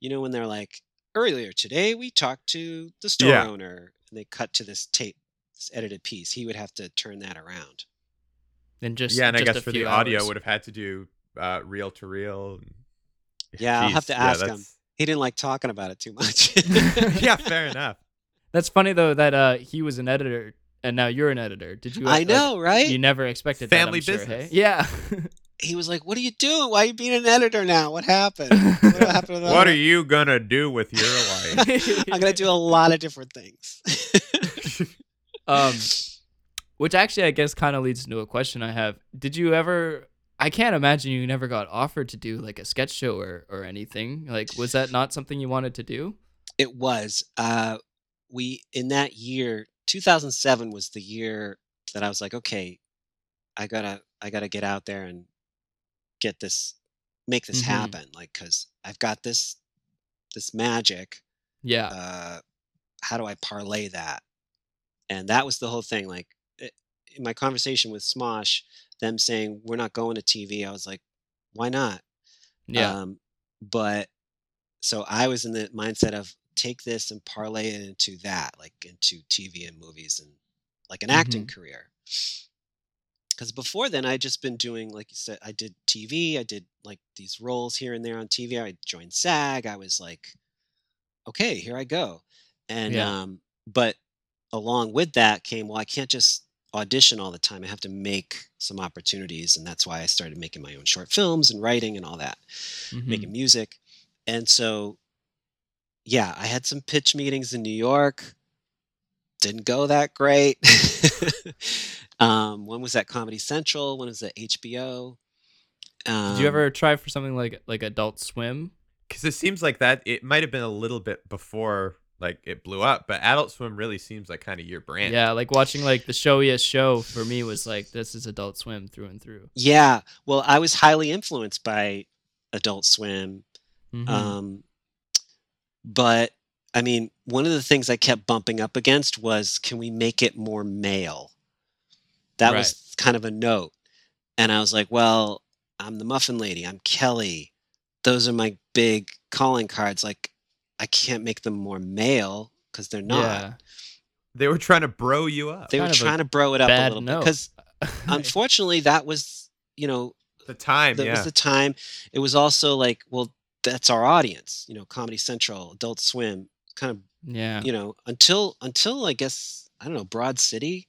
You know, when they're like, earlier today we talked to the store
Yeah.
owner and they cut to this tape, this edited piece, he would have to turn that around.
And just
yeah, and I
just
guess
a
for
few
the audio,
hours.
would have had to do uh, reel to reel. and-
Yeah, I'll have
Jeez,
to
yeah,
ask him.
that's-
He didn't like talking about it too much.
yeah, fair enough.
That's funny though that uh, he was an editor and now you're an editor. Did you? uh,
uh,
I
like,
know, right?
You never expected
Family
that. I'm sure,
business.
hey? Yeah.
he was like, "What are you doing? Why are you being an editor now? What happened? What happened?" to the-
What are you gonna do with your life?
I'm gonna do a lot of different things.
Um, which actually, I guess, kind of leads into a question I have. Did you ever? I can't imagine you never got offered to do like a sketch show or, or anything. Like, was that not something you wanted to do?
It was. Uh, we in that year, 2007 was the year that I was like, okay, I gotta, I gotta get out there and get this, make this
Mhm.
happen. Like, cause I've got this, this magic.
Yeah.
Uh, how do I parlay that? And that was the whole thing. Like i- in my conversation with Smosh, them saying we're not going to TV. I was like, why not?
yeah.
Um, but so I was in the mindset of take this and parlay it into that, like into TV and movies and like an acting
Mm-hmm.
career. Because before then, I'd just been doing, like you said, I did TV, I did like these roles here and there on TV. I joined SAG. I was like, okay, here I go. And,
Yeah.
um, but along with that came, well, I can't just audition all the time. I have to make some opportunities. And that's why I started making my own short films and writing and all that
Mhm.
making music. And so, yeah, I had some pitch meetings in New York. Didn't go that great. um, one was at Comedy Central, one was at HBO. Um,
Did you ever try for something like like Adult Swim?
Because it seems like that it might have been a little bit before like it blew up, but Adult Swim really seems like kind of your brand.
Yeah, like watching like the showiest show for me was like this is Adult Swim through and through.
Yeah. Well, I was highly influenced by Adult Swim
Mhm.
Um, but I mean, one of the things I kept bumping up against was can we make it more male? That was kind of a note. And I was like, well, I'm the muffin lady, I'm Kelly. Those are my big calling cards. Like, I can't make them more male because they're not.
yeah.
They were trying to bro you up.
They were
Kind of a
trying to bro it up a
bad
little bit
note.
because unfortunately, that was, you know,
the time,
that
yeah.
was the time. It was also like, well, that's our audience, you know, Comedy Central, Adult Swim, kind of,
yeah.
you know, until until I guess I don't know, Broad City,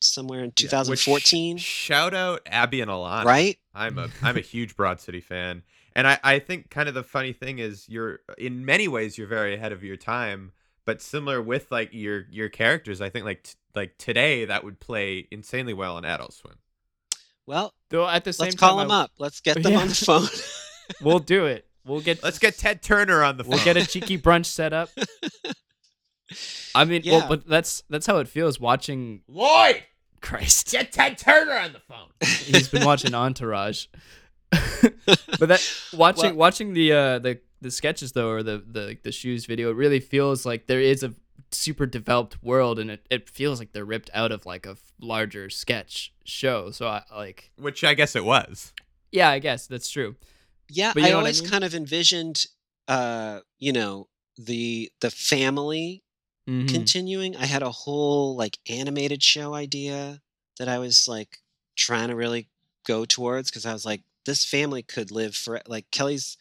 somewhere in
Yeah, which-
2014,
shout out Abby and Alana.
right?
I'm a I'm a huge Broad City fan, and I I think kind of the funny thing is you're in many ways you're very ahead of your time, but similar with like your your characters, I think like t- like today that would play insanely well on Adult Swim.
Well,
Though at the same
let's
time,
call them
I-
up. Let's get them
Yeah.
on the phone.
We'll do it. We'll get
Let's get Ted Turner on the phone.
We'll get a cheeky brunch set up. I mean,
Yeah.
well, but that's that's how it feels watching
Lloyd.
Christ.
Get Ted Turner on the phone.
He's been watching Entourage. but that watching
Well-
watching the uh the the sketches though or the the the shoes video, it really feels like there is a super developed world and it, it feels like they're ripped out of like a f- larger sketch show. So I like
Which I guess it was.
yeah, I guess that's true.
yeah,
But you
I
know what I
always
mean?
kind of envisioned, uh, you know, the the family
Mhm.
continuing. I had a whole like animated show idea that I was like trying to really go towards because I was like, this family could live for like Kelly's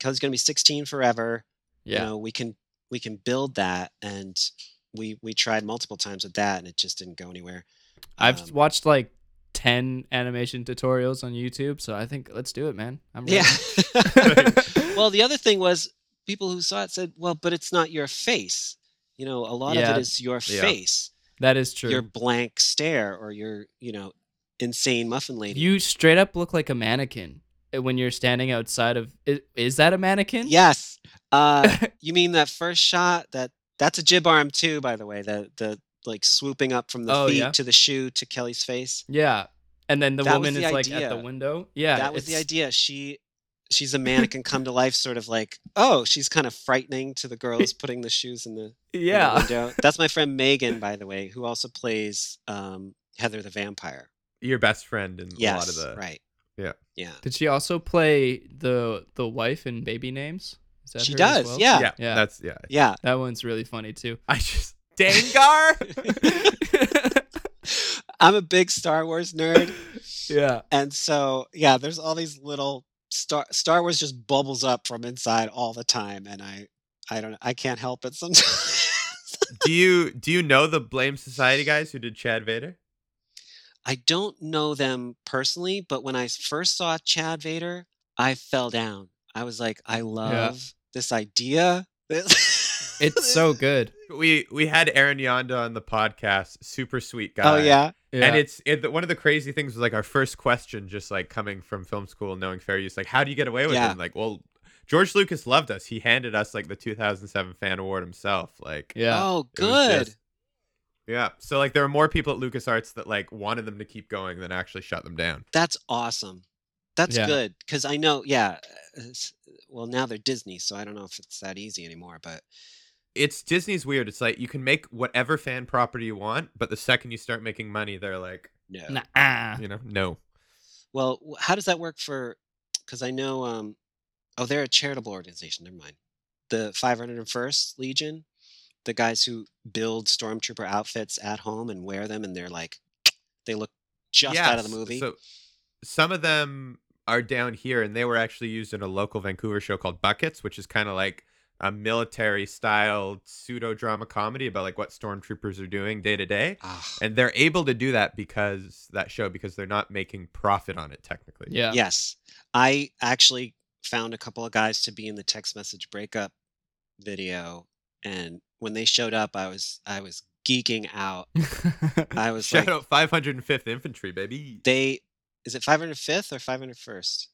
Kelly's gonna be 16 forever.
yeah.
You know, we can we can build that and we we tried multiple times with that and it just didn't go anywhere.
I've
Um,
watched like 10 animation tutorials on YouTube, so I think let's do it, man. I'm ready.
Yeah. well, the other thing was people who saw it said, well, but it's not your face. You know, a lot of
Yeah.
it is your
Yeah.
face.
that is true.
your blank stare or your you know insane muffin lady
You straight up look like a mannequin eh, when you're standing outside of. Is, is that a mannequin?
yes uh you mean that first shot that that's a jib arm too by the way the the like swooping up from the
Oh,
feet
yeah?
to the shoe to kelly's face
Yeah. And then the
That was
woman
the
is like at the
idea.
window. Yeah.
that was the
it's-
idea she she's a mannequin come to life sort of like oh she's kind of frightening to the girls putting the shoes in the, in the
Yeah.
window that's my friend megan by the way who also plays um heather the vampire
Your best friend in a lot
yes
of the
right Yeah.
Did she also play the the wife in Baby Names? Is
She
her as
does,
well?
yeah.
yeah,
Yeah.
that's yeah.
Yeah.
That one's really funny too.
I just Dangar.
I'm a big Star Wars nerd.
yeah.
And so, yeah, there's all these little Star Star Wars just bubbles up from inside all the time, and I, I don't, I can't help it sometimes.
do you do you know the Blame Society guys who did Chad Vader?
I don't know them personally, but when I first saw Chad Vader, I fell down. I was like, I love this idea. This-
It's so good.
We we had Aaron Yonda on the podcast. Super sweet guy.
Oh yeah,
Yeah.
And it's it, one of the crazy things was like our first question, just like coming from film school, knowing fair use, like how do you get away with
Yeah.
it? And, like, well, George Lucas loved us. He handed us like the 2007 fan award himself. Like,
yeah.
oh
it was
good.
just- yeah. So like, there are more people at LucasArts that like wanted them to keep going than actually shut them down.
That's awesome. That's
Yeah.
good because I know. Yeah. it's- Well, now they're Disney, so I don't know if it's that easy anymore. But
It's Disney's weird. It's like you can make whatever fan property you want, but the second you start making money, they're like,
no.
Nah.
you know, no.
Well, w- how does that work for? Because I know, um, oh, they're a charitable organization. Never mind. The 501st Legion, the guys who build stormtrooper outfits at home and wear them, and they're like, they look just out of the
Yes,
movie.
So some of them are down here, and they were actually used in a local Vancouver show called Buckets, which is kind of like a military style pseudo drama comedy about like what stormtroopers are doing day to day.
Ah,
And they're able to do that because that show because they're not making profit on it technically.
Yeah.
Yes, I actually found a couple of guys to be in the text message breakup video, and when they showed up, I was I was geeking out. I was
Shout
like,
out 505th Infantry, baby.
they is it 505th or 501st?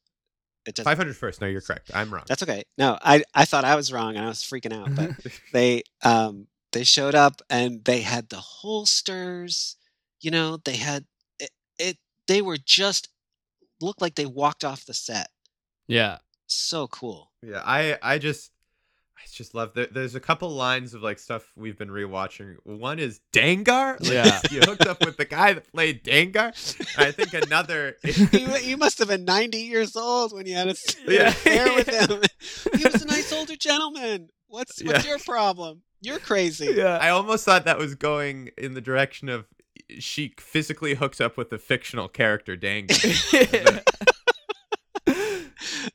It doesn't
501st. No, you're correct. I'm wrong.
That's okay. No, I, I thought I was wrong and I was freaking out, but they um they showed up and they had the holsters, you know, they had it, it they were just looked like they walked off the set.
yeah.
So cool.
Yeah, I I just I just love there, there's a couple lines of like stuff we've been rewatching. One is Dangar. Like,
Yeah.
you hooked up with the guy that played Dangar. I think another
you, you must have been 90 years old when you had a s-
Yeah.
affair with him. he was a nice older gentleman. What's what's
Yeah.
your problem? You're crazy.
Yeah.
I almost thought that was going in the direction of eh, she physically hooks up with the fictional character Dangar.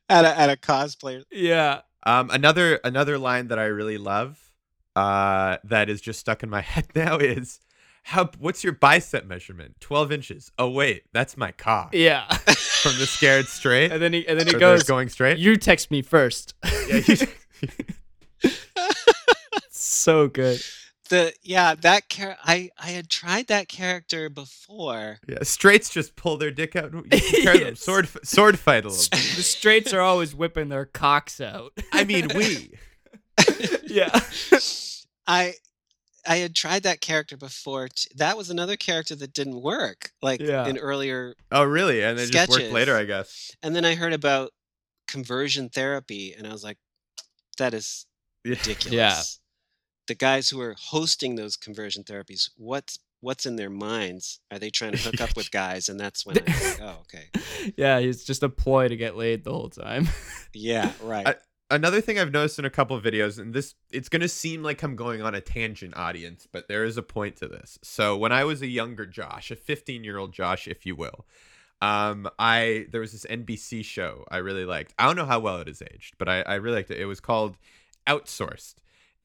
At a at a cosplayer.
yeah.
um another another line that I really love uh that is just stuck in my head now is how what's your bicep measurement? 12 inches. Oh wait, that's my cock.
Yeah.
From the scared straight.
And then he and then he
Or they're
goes
going straight.
You text me first.
Yeah, you-
so good.
the yeah that char- I I had tried that character before.
yeah, straights just pull their dick out. and you compare them.
Yes.
Sword, f- sword fight a little.
The
bit.
straights are always whipping their cocks out.
I mean, we.
yeah.
I I had tried that character before. T- that was another character that didn't work, like
Yeah.
in earlier.
Oh, really? And then just work
Sketches.
later, I guess.
And then I heard about conversion therapy, and I was like, that is
Yeah.
ridiculous. The guys who are hosting those conversion therapies, what's what's in their minds? Are they trying to hook up with guys? And that's when I was like, oh, okay,
Yeah, he's just a ploy to get laid the whole time.
yeah, right.
Another thing I've noticed in a couple of videos, and this it's gonna seem like I'm going on a tangent, audience, but there is a point to this. So when I was a younger Josh, a 15 year old Josh, if you will, um, I there was this NBC show I really liked. I don't know how well it is aged, but I, I really liked it. It was called Outsourced,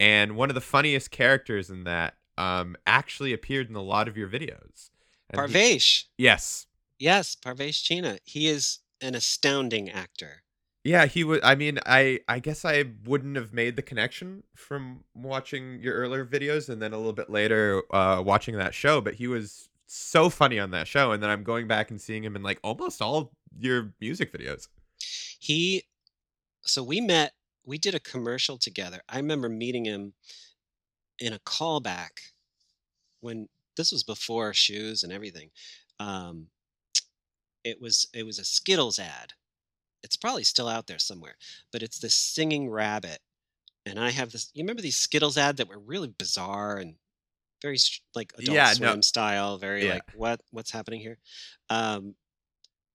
and one of the funniest characters in that um actually appeared in a lot of your videos. And he-
Parvesh,
yes,
yes, Parvesh China. He is an astounding actor.
Yeah, he would. I mean, I I guess I wouldn't have made the connection from watching your earlier videos and then a little bit later uh, watching that show. But he was so funny on that show, and then I'm going back and seeing him in like almost all of your music videos.
he so we met we did a commercial together i remember meeting him in a callback when this was before shoes and everything um it was it was a skittles ad it's probably still out there somewhere but it's this singing rabbit and i have this you remember these skittles ad that were really bizarre and very str- like adult
Yeah, no.
swim style very
Yeah.
like what what's happening here um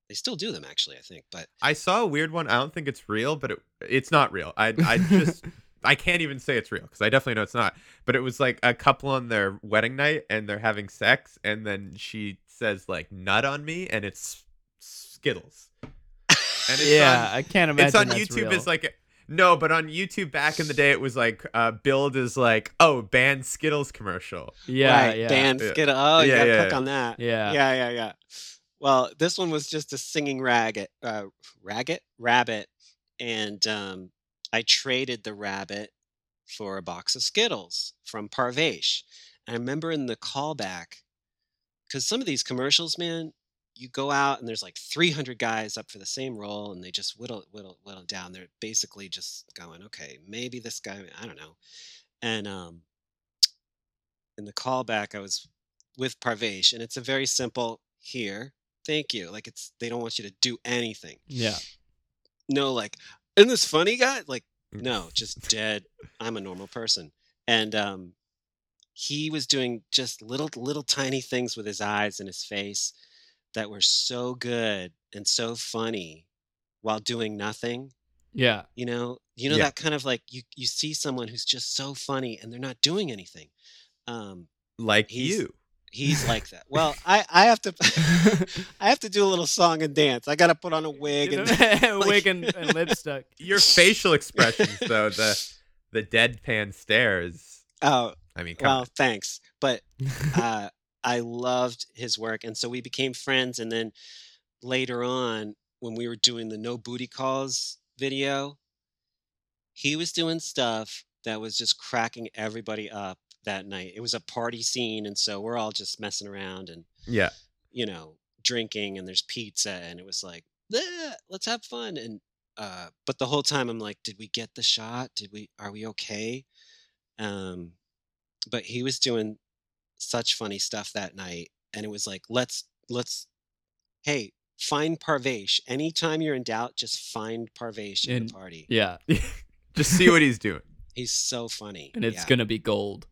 They still do them actually, I think. But
I saw a weird one. I don't think it's real, but it, it's not real. I I just I can't even say it's real because I definitely know it's not. But it was like a couple on their wedding night and they're having sex, and then she says like "nut on me," and it's Skittles. And it's
yeah,
on-
I can't imagine.
it's on
that's
YouTube.
Real.
It's like no, but on YouTube back in the day, it was like uh, billed as like oh ban Skittles commercial.
yeah,
right,
yeah,
band
yeah.
skid. Oh, you
Yeah,
gotta
yeah,
click
yeah.
on that.
yeah,
yeah, yeah, yeah. Well, this one was just a singing rabbit, uh, rabbit, rabbit, and um, I traded the rabbit for a box of Skittles from Parvesh. And I remember in the callback, because some of these commercials, man, you go out and there's like 300 guys up for the same role, and they just whittle, it, whittle, it, whittle it down. They're basically just going, okay, maybe this guy, I don't know. And um, in the callback, I was with Parvesh, and it's a very simple here, thank you. Like it's they don't want you to do anything.
yeah.
No, like, isn't this funny, guy? Like,
Mm.
no, just dead. I'm a normal person. And um he was doing just little little tiny things with his eyes and his face that were so good and so funny while doing nothing.
yeah.
You know, you know
Yeah.
that kind of like you you see someone who's just so funny and they're not doing anything. Um
like
He's-
you.
he's like that. Well, I I have to I have to do a little song and dance. I got to put on a wig
You
and
know,
like-
wig and, and lipstick.
Your facial expressions though the the deadpan stares.
oh,
I mean, come
well, thanks. But uh, I loved his work, and so we became friends. And then later on, when we were doing the No Booty Calls video, he was doing stuff that was just cracking everybody up that night. It was a party scene, and so we're all just messing around and
on. yeah.
you know, drinking and there's pizza and it was like, "Yeah, let's have fun. And uh but the whole time I'm like, did we get the shot? Did we are we okay? Um but he was doing such funny stuff that night and it was like, let's let's hey, find Parvesh. Anytime you're in doubt, just find Parvesh in
And-
the party.
yeah,
Just see what he's doing.
He's so funny.
and it's
yeah,
gonna be gold.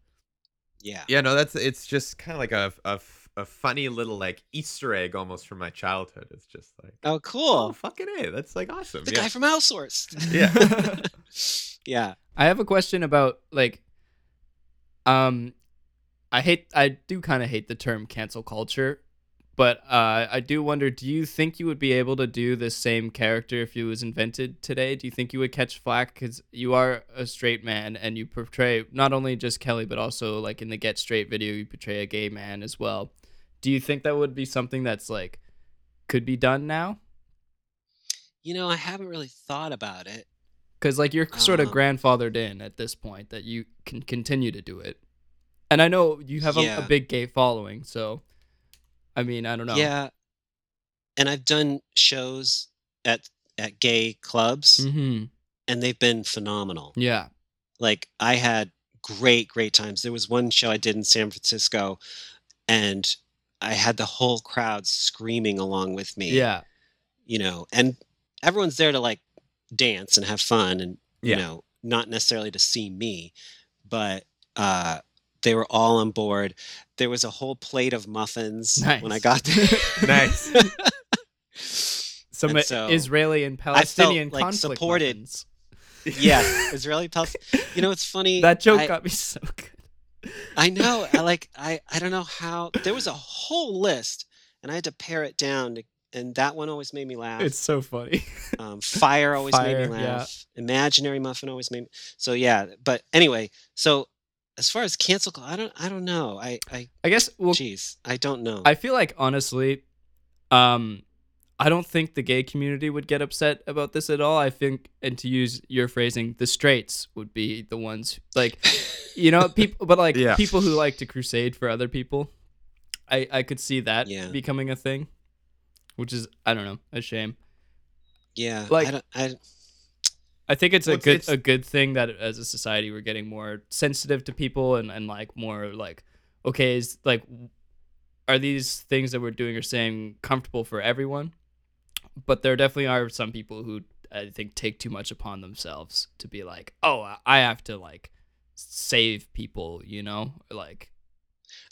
yeah.
Yeah, no, that's it's just kind of like a, a f- a funny little like Easter egg almost from my childhood. It's just like
Oh
oh
cool.
fucking a, that's like awesome.
The
yeah.
guy from Outsourced.
Yeah.
yeah.
I have a question about like, um, I hate I do kind of hate the term cancel culture, but uh, I do wonder: Do you think you would be able to do the same character if it was invented today? Do you think you would catch flack because you are a straight man and you portray not only just Kelly but also like in the Get Straight video you portray a gay man as well? Do you think that would be something that's like could be done now?
You know, I haven't really thought about it.
because like you're sort of
Uh,
grandfathered in at this point that you can continue to do it and i know you have a,
Yeah.
a big gay following so i mean i don't know
Yeah. And I've done shows at at gay clubs
Mhm.
and they've been phenomenal.
yeah
Like I had great great times. There was one show I did in San Francisco and I had the whole crowd screaming along with me.
yeah
You know, and everyone's there to like dance and have fun and
Yeah.
you know, not necessarily to see me, but uh they were all on board. There was a whole plate of muffins when I
Nice.
got there.
Nice.
some
And so,
israeli and palestinian
like,
conflict
supported.
weapons.
yeah, Israeli Palestine. You know, it's funny.
that joke
I,
got me so good
I know. I like. I I don't know how. There was a whole list, and I had to pare it down. To, and that one always made me laugh.
it's so funny
um, fire always made
Fire,
me
yeah.
laugh. Imaginary muffin always made. me... So yeah. But anyway, so as far as cancel, cul- I don't. I don't know. I. I.
i guess well
Jeez. I don't know.
I feel like honestly, um, I don't think the gay community would get upset about this at all. I think, and to use your phrasing, the straights would be the ones like, you know, people, but like
Yeah.
people who like to crusade for other people. I I could see that
Yeah.
becoming a thing, which is I don't know a shame.
yeah.
like-
I don't. I,
I think it's a
Well, it's-
good
it's-
a good thing that as a society we're getting more sensitive to people and, and like more like okay is like are these things that we're doing or saying comfortable for everyone? But there definitely are some people who I think take too much upon themselves to be like oh I- I have to like save people you know like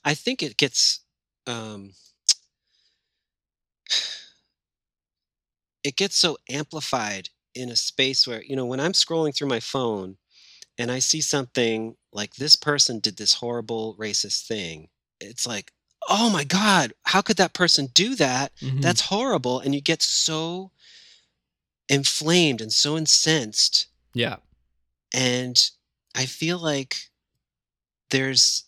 I think it gets. Um, it gets so amplified in a space where you know when i'm scrolling through my phone and i see something like this person did this horrible racist thing it's like oh my god how could that person do that
Mhm.
that's horrible and you get so inflamed and so incensed
yeah.
and i feel like there's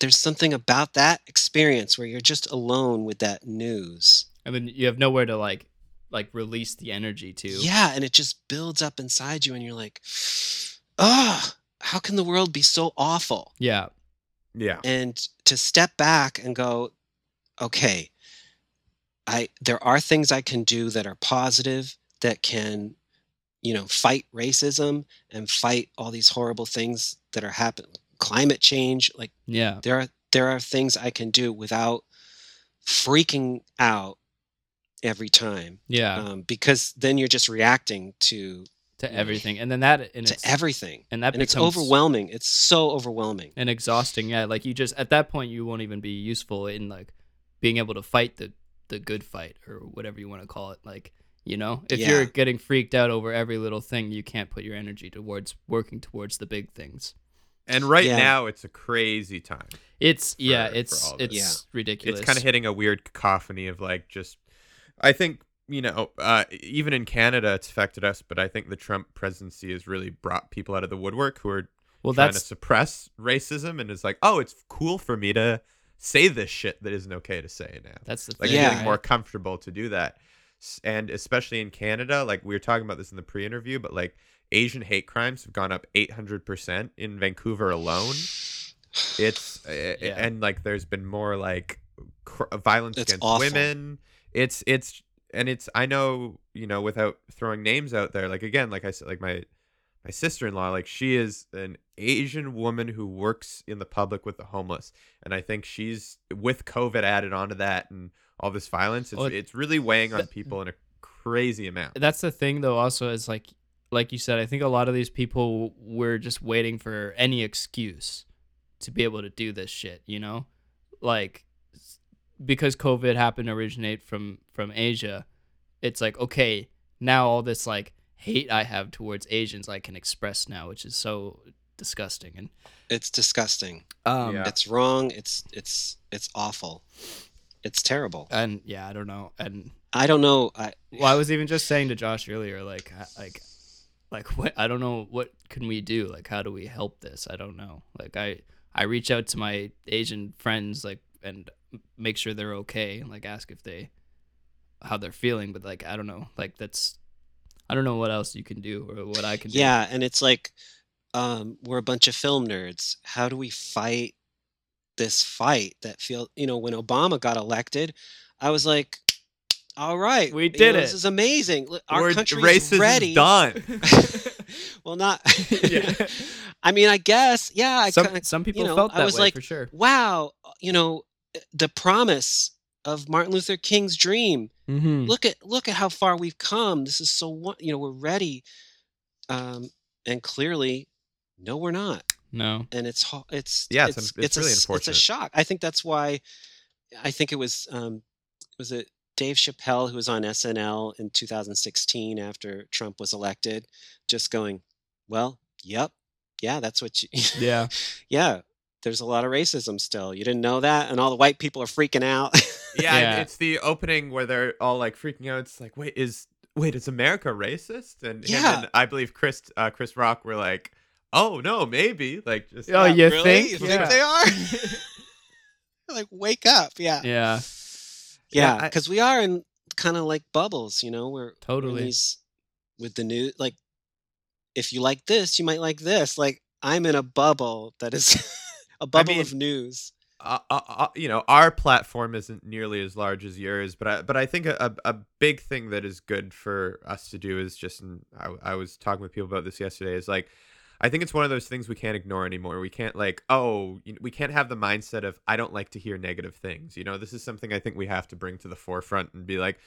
there's something about that experience where you're just alone with that news
And then you have nowhere to like like release the energy to.
Yeah, and it just builds up inside you, and you're like, oh, how can the world be so awful?
Yeah.
Yeah.
And to step back and go, okay, I there are things I can do that are positive that can, you know, fight racism and fight all these horrible things that are happening, climate change. Like
Yeah.
there are there are things I can do without freaking out every time
Yeah.
um, because then you're just reacting to
to everything. And then that and
to
it's
everything.
and that
and it's
becomes
overwhelming. It's so overwhelming.
and exhausting. Yeah, like you just at that point you won't even be useful in like being able to fight the the good fight or whatever you want to call it. Like you know, if
Yeah.
you're getting freaked out over every little thing, you can't put your energy towards working towards the big things.
And right
Yeah.
now it's a crazy time.
It's yeah,
for
it's
all of
it's
this.
ridiculous.
It's kind of hitting a weird cacophony of like just I think you know, uh, even in Canada, it's affected us. But I think the Trump presidency has really brought people out of the woodwork who are
well,
trying to
that's
suppress racism, and is like, oh, it's cool for me to say this shit that isn't okay to say now.
that's the
like
thing,
Yeah.
feeling
right?
more comfortable to do that S- and especially in canada like we were talking about this in the pre-interview but like asian hate crimes have gone up 800% in vancouver alone it's uh,
Yeah.
and like there's been more like cr- violence
It's
against
awful.
women it's it's and it's i know you know without throwing names out there like again like i said like my my sister-in-law like she is an asian woman who works in the public with the homeless and i think she's with covid added onto that and all this violence it's,
Well,
it's really weighing on
th-
people in a crazy amount
that's the thing though also is like like you said i think a lot of these people were just waiting for any excuse to be able to do this shit you know like s- because covid happened to originate from from asia it's like okay now all this like hate i have towards asians i can express now which is so disgusting and
It's disgusting.
um
Yeah.
It's wrong. It's it's it's awful. It's terrible.
and yeah i don't know and
I don't know. I,
Well, I was even just saying to Josh earlier, like, I- like, like what? I don't know. What can we do? Like, how do we help this? I don't know. Like, I I reach out to my Asian friends, like, and make sure they're okay, and like ask if they how they're feeling. But like, I don't know. Like, that's I don't know what else you can do or what I can do.
yeah, and it's like um, we're a bunch of film nerds. How do we fight this fight that feel? You know, when Obama got elected, I was like, all right,
We
you
did
know,
it.
This is amazing. Look, Our
We're-
country
racism's
is ready.
done
well, not.
Yeah.
I mean, I guess. Yeah, I
some
kinda-
some people
know,
felt
I
that
was
way
like,
for sure.
wow, you know, the promise of Martin Luther King's dream.
Mm-hmm.
Look at look at how far we've come. This is so won- you know we're ready, um, and clearly, no, we're not.
No.
And it's ho- it's
Yeah, it's un- it's
a,
really
s- It's a
unfortunate.
shock. I think that's why, I think it was um, was it Dave Chappelle who was on SNL in 2016 after Trump was elected, just going, well, yep, yeah, that's what you
Yeah.
yeah, there's a lot of racism still. You didn't know that, and all the white people are freaking out.
yeah, and
Yeah.
it's the opening where they're all like freaking out. It's like, wait, is wait, is America racist? And him
Yeah.
and I believe Chris uh, Chris Rock were like, oh no, maybe like just
Oh, you
really?
think?
You
Yeah.
think they are? like, wake up, yeah,
Yeah.
Yeah,
yeah,
I-
because we are in kind of like bubbles, you know. We're we're in
Totally.
these, with the new like. If you like this, you might like this. Like I'm in a bubble that is a bubble of news.
uh, uh, uh, you know our platform isn't nearly as large as yours but I, but I think a, a a big thing that is good for us to do is just and I, I was talking with people about this yesterday is like I think it's one of those things we can't ignore anymore we can't like oh you we can't have the mindset of I don't like to hear negative things you know this is something I think we have to bring to the forefront and be like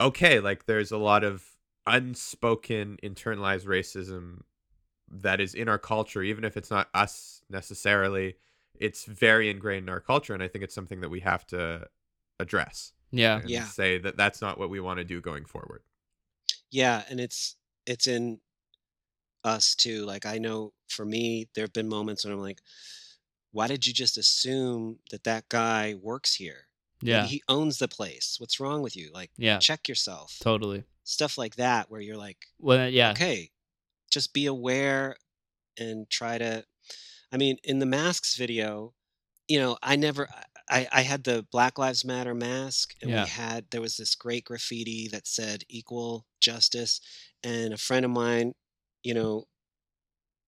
okay like there's a lot of unspoken internalized racism that is in our culture even if it's not us necessarily it's very ingrained in our culture and i think it's something that we have to address
Yeah.
and
Yeah.
say that that's not what we want to do going forward
yeah and it's it's in us too like i know for me there have been moments when i'm like why did you just assume that that guy works here
Yeah.
he owns the place what's wrong with you like
Yeah.
check yourself
Totally.
stuff like that where you're like
Well, yeah.
okay just be aware and try to i mean in the masks video you know i never i i had the black lives matter mask and
Yeah.
we had there was this great graffiti that said equal justice and a friend of mine you know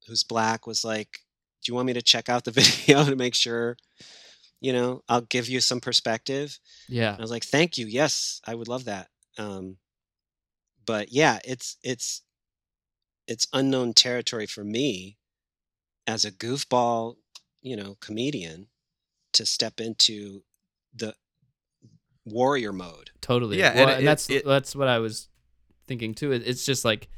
who's black was like do you want me to check out the video to make sure you know i'll give you some perspective
Yeah.
I was like, "Thank you. Yes, I would love that." Um, but yeah, it's it's it's unknown territory for me as a goofball, you know, comedian to step into the warrior mode.
Totally.
Yeah,
Well,
and
and,
it-
that's
it-
that's what I was thinking too. It- It's just like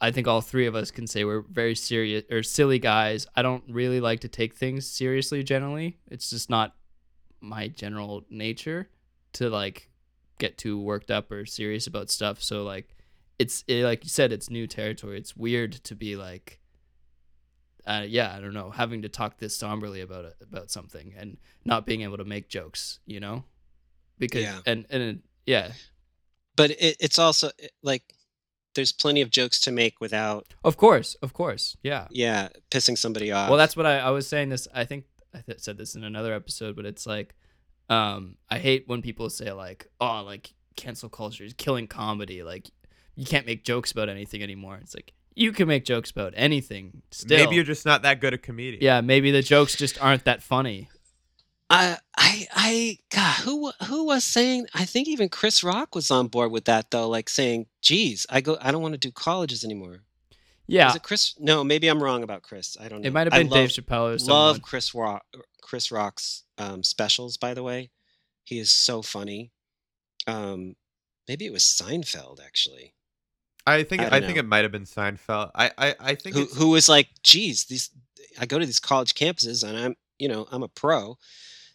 I think all three of us can say we're very serious or silly guys. I don't really like to take things seriously generally. It's just not my general nature to like get too worked up or serious about stuff. So like it's it, like you said it's new territory. It's weird to be like uh, yeah, I don't know, having to talk this somberly about it, about something and not being able to make jokes, you know? Because
Yeah.
and and it- yeah,
But it, it's also eh, like there's plenty of jokes to make without
Of course, of course, yeah.
yeah pissing somebody off.
Well, that's what I, I was saying. This I think I th- said this in another episode, but it's like, um, I hate when people say like, oh, like cancel culture is killing comedy. Like, you can't make jokes about anything anymore. It's like you can make jokes about anything. Still,
Maybe you're just not that good a comedian.
yeah. Maybe the jokes just aren't that funny.
I I I God, who wa- who was saying? I think even Chris Rock was on board with that though, like saying, "Geez, I go, I don't want to do colleges anymore."
Yeah,
Is it Chris? No, maybe I'm wrong about Chris. I don't know.
it might have
I
been Dave Chappelle or
Love,
someone.
love Chris Rock. Chris Rock's um, specials, by the way. He is so funny. Um, maybe it was Seinfeld actually,
I think
I
I,
don't
think
know.
it might have been Seinfeld. I I, I think
who
it's-
who was like, "Geez, these I go to these college campuses and I'm you know I'm a pro,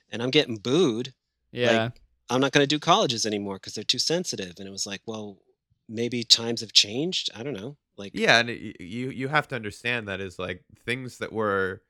and I'm getting booed."
yeah,
I'm not going to do colleges anymore because they're too sensitive. And it was like, well, maybe times have changed. I don't know. Like,
yeah, and it, you you have to understand that is like things that were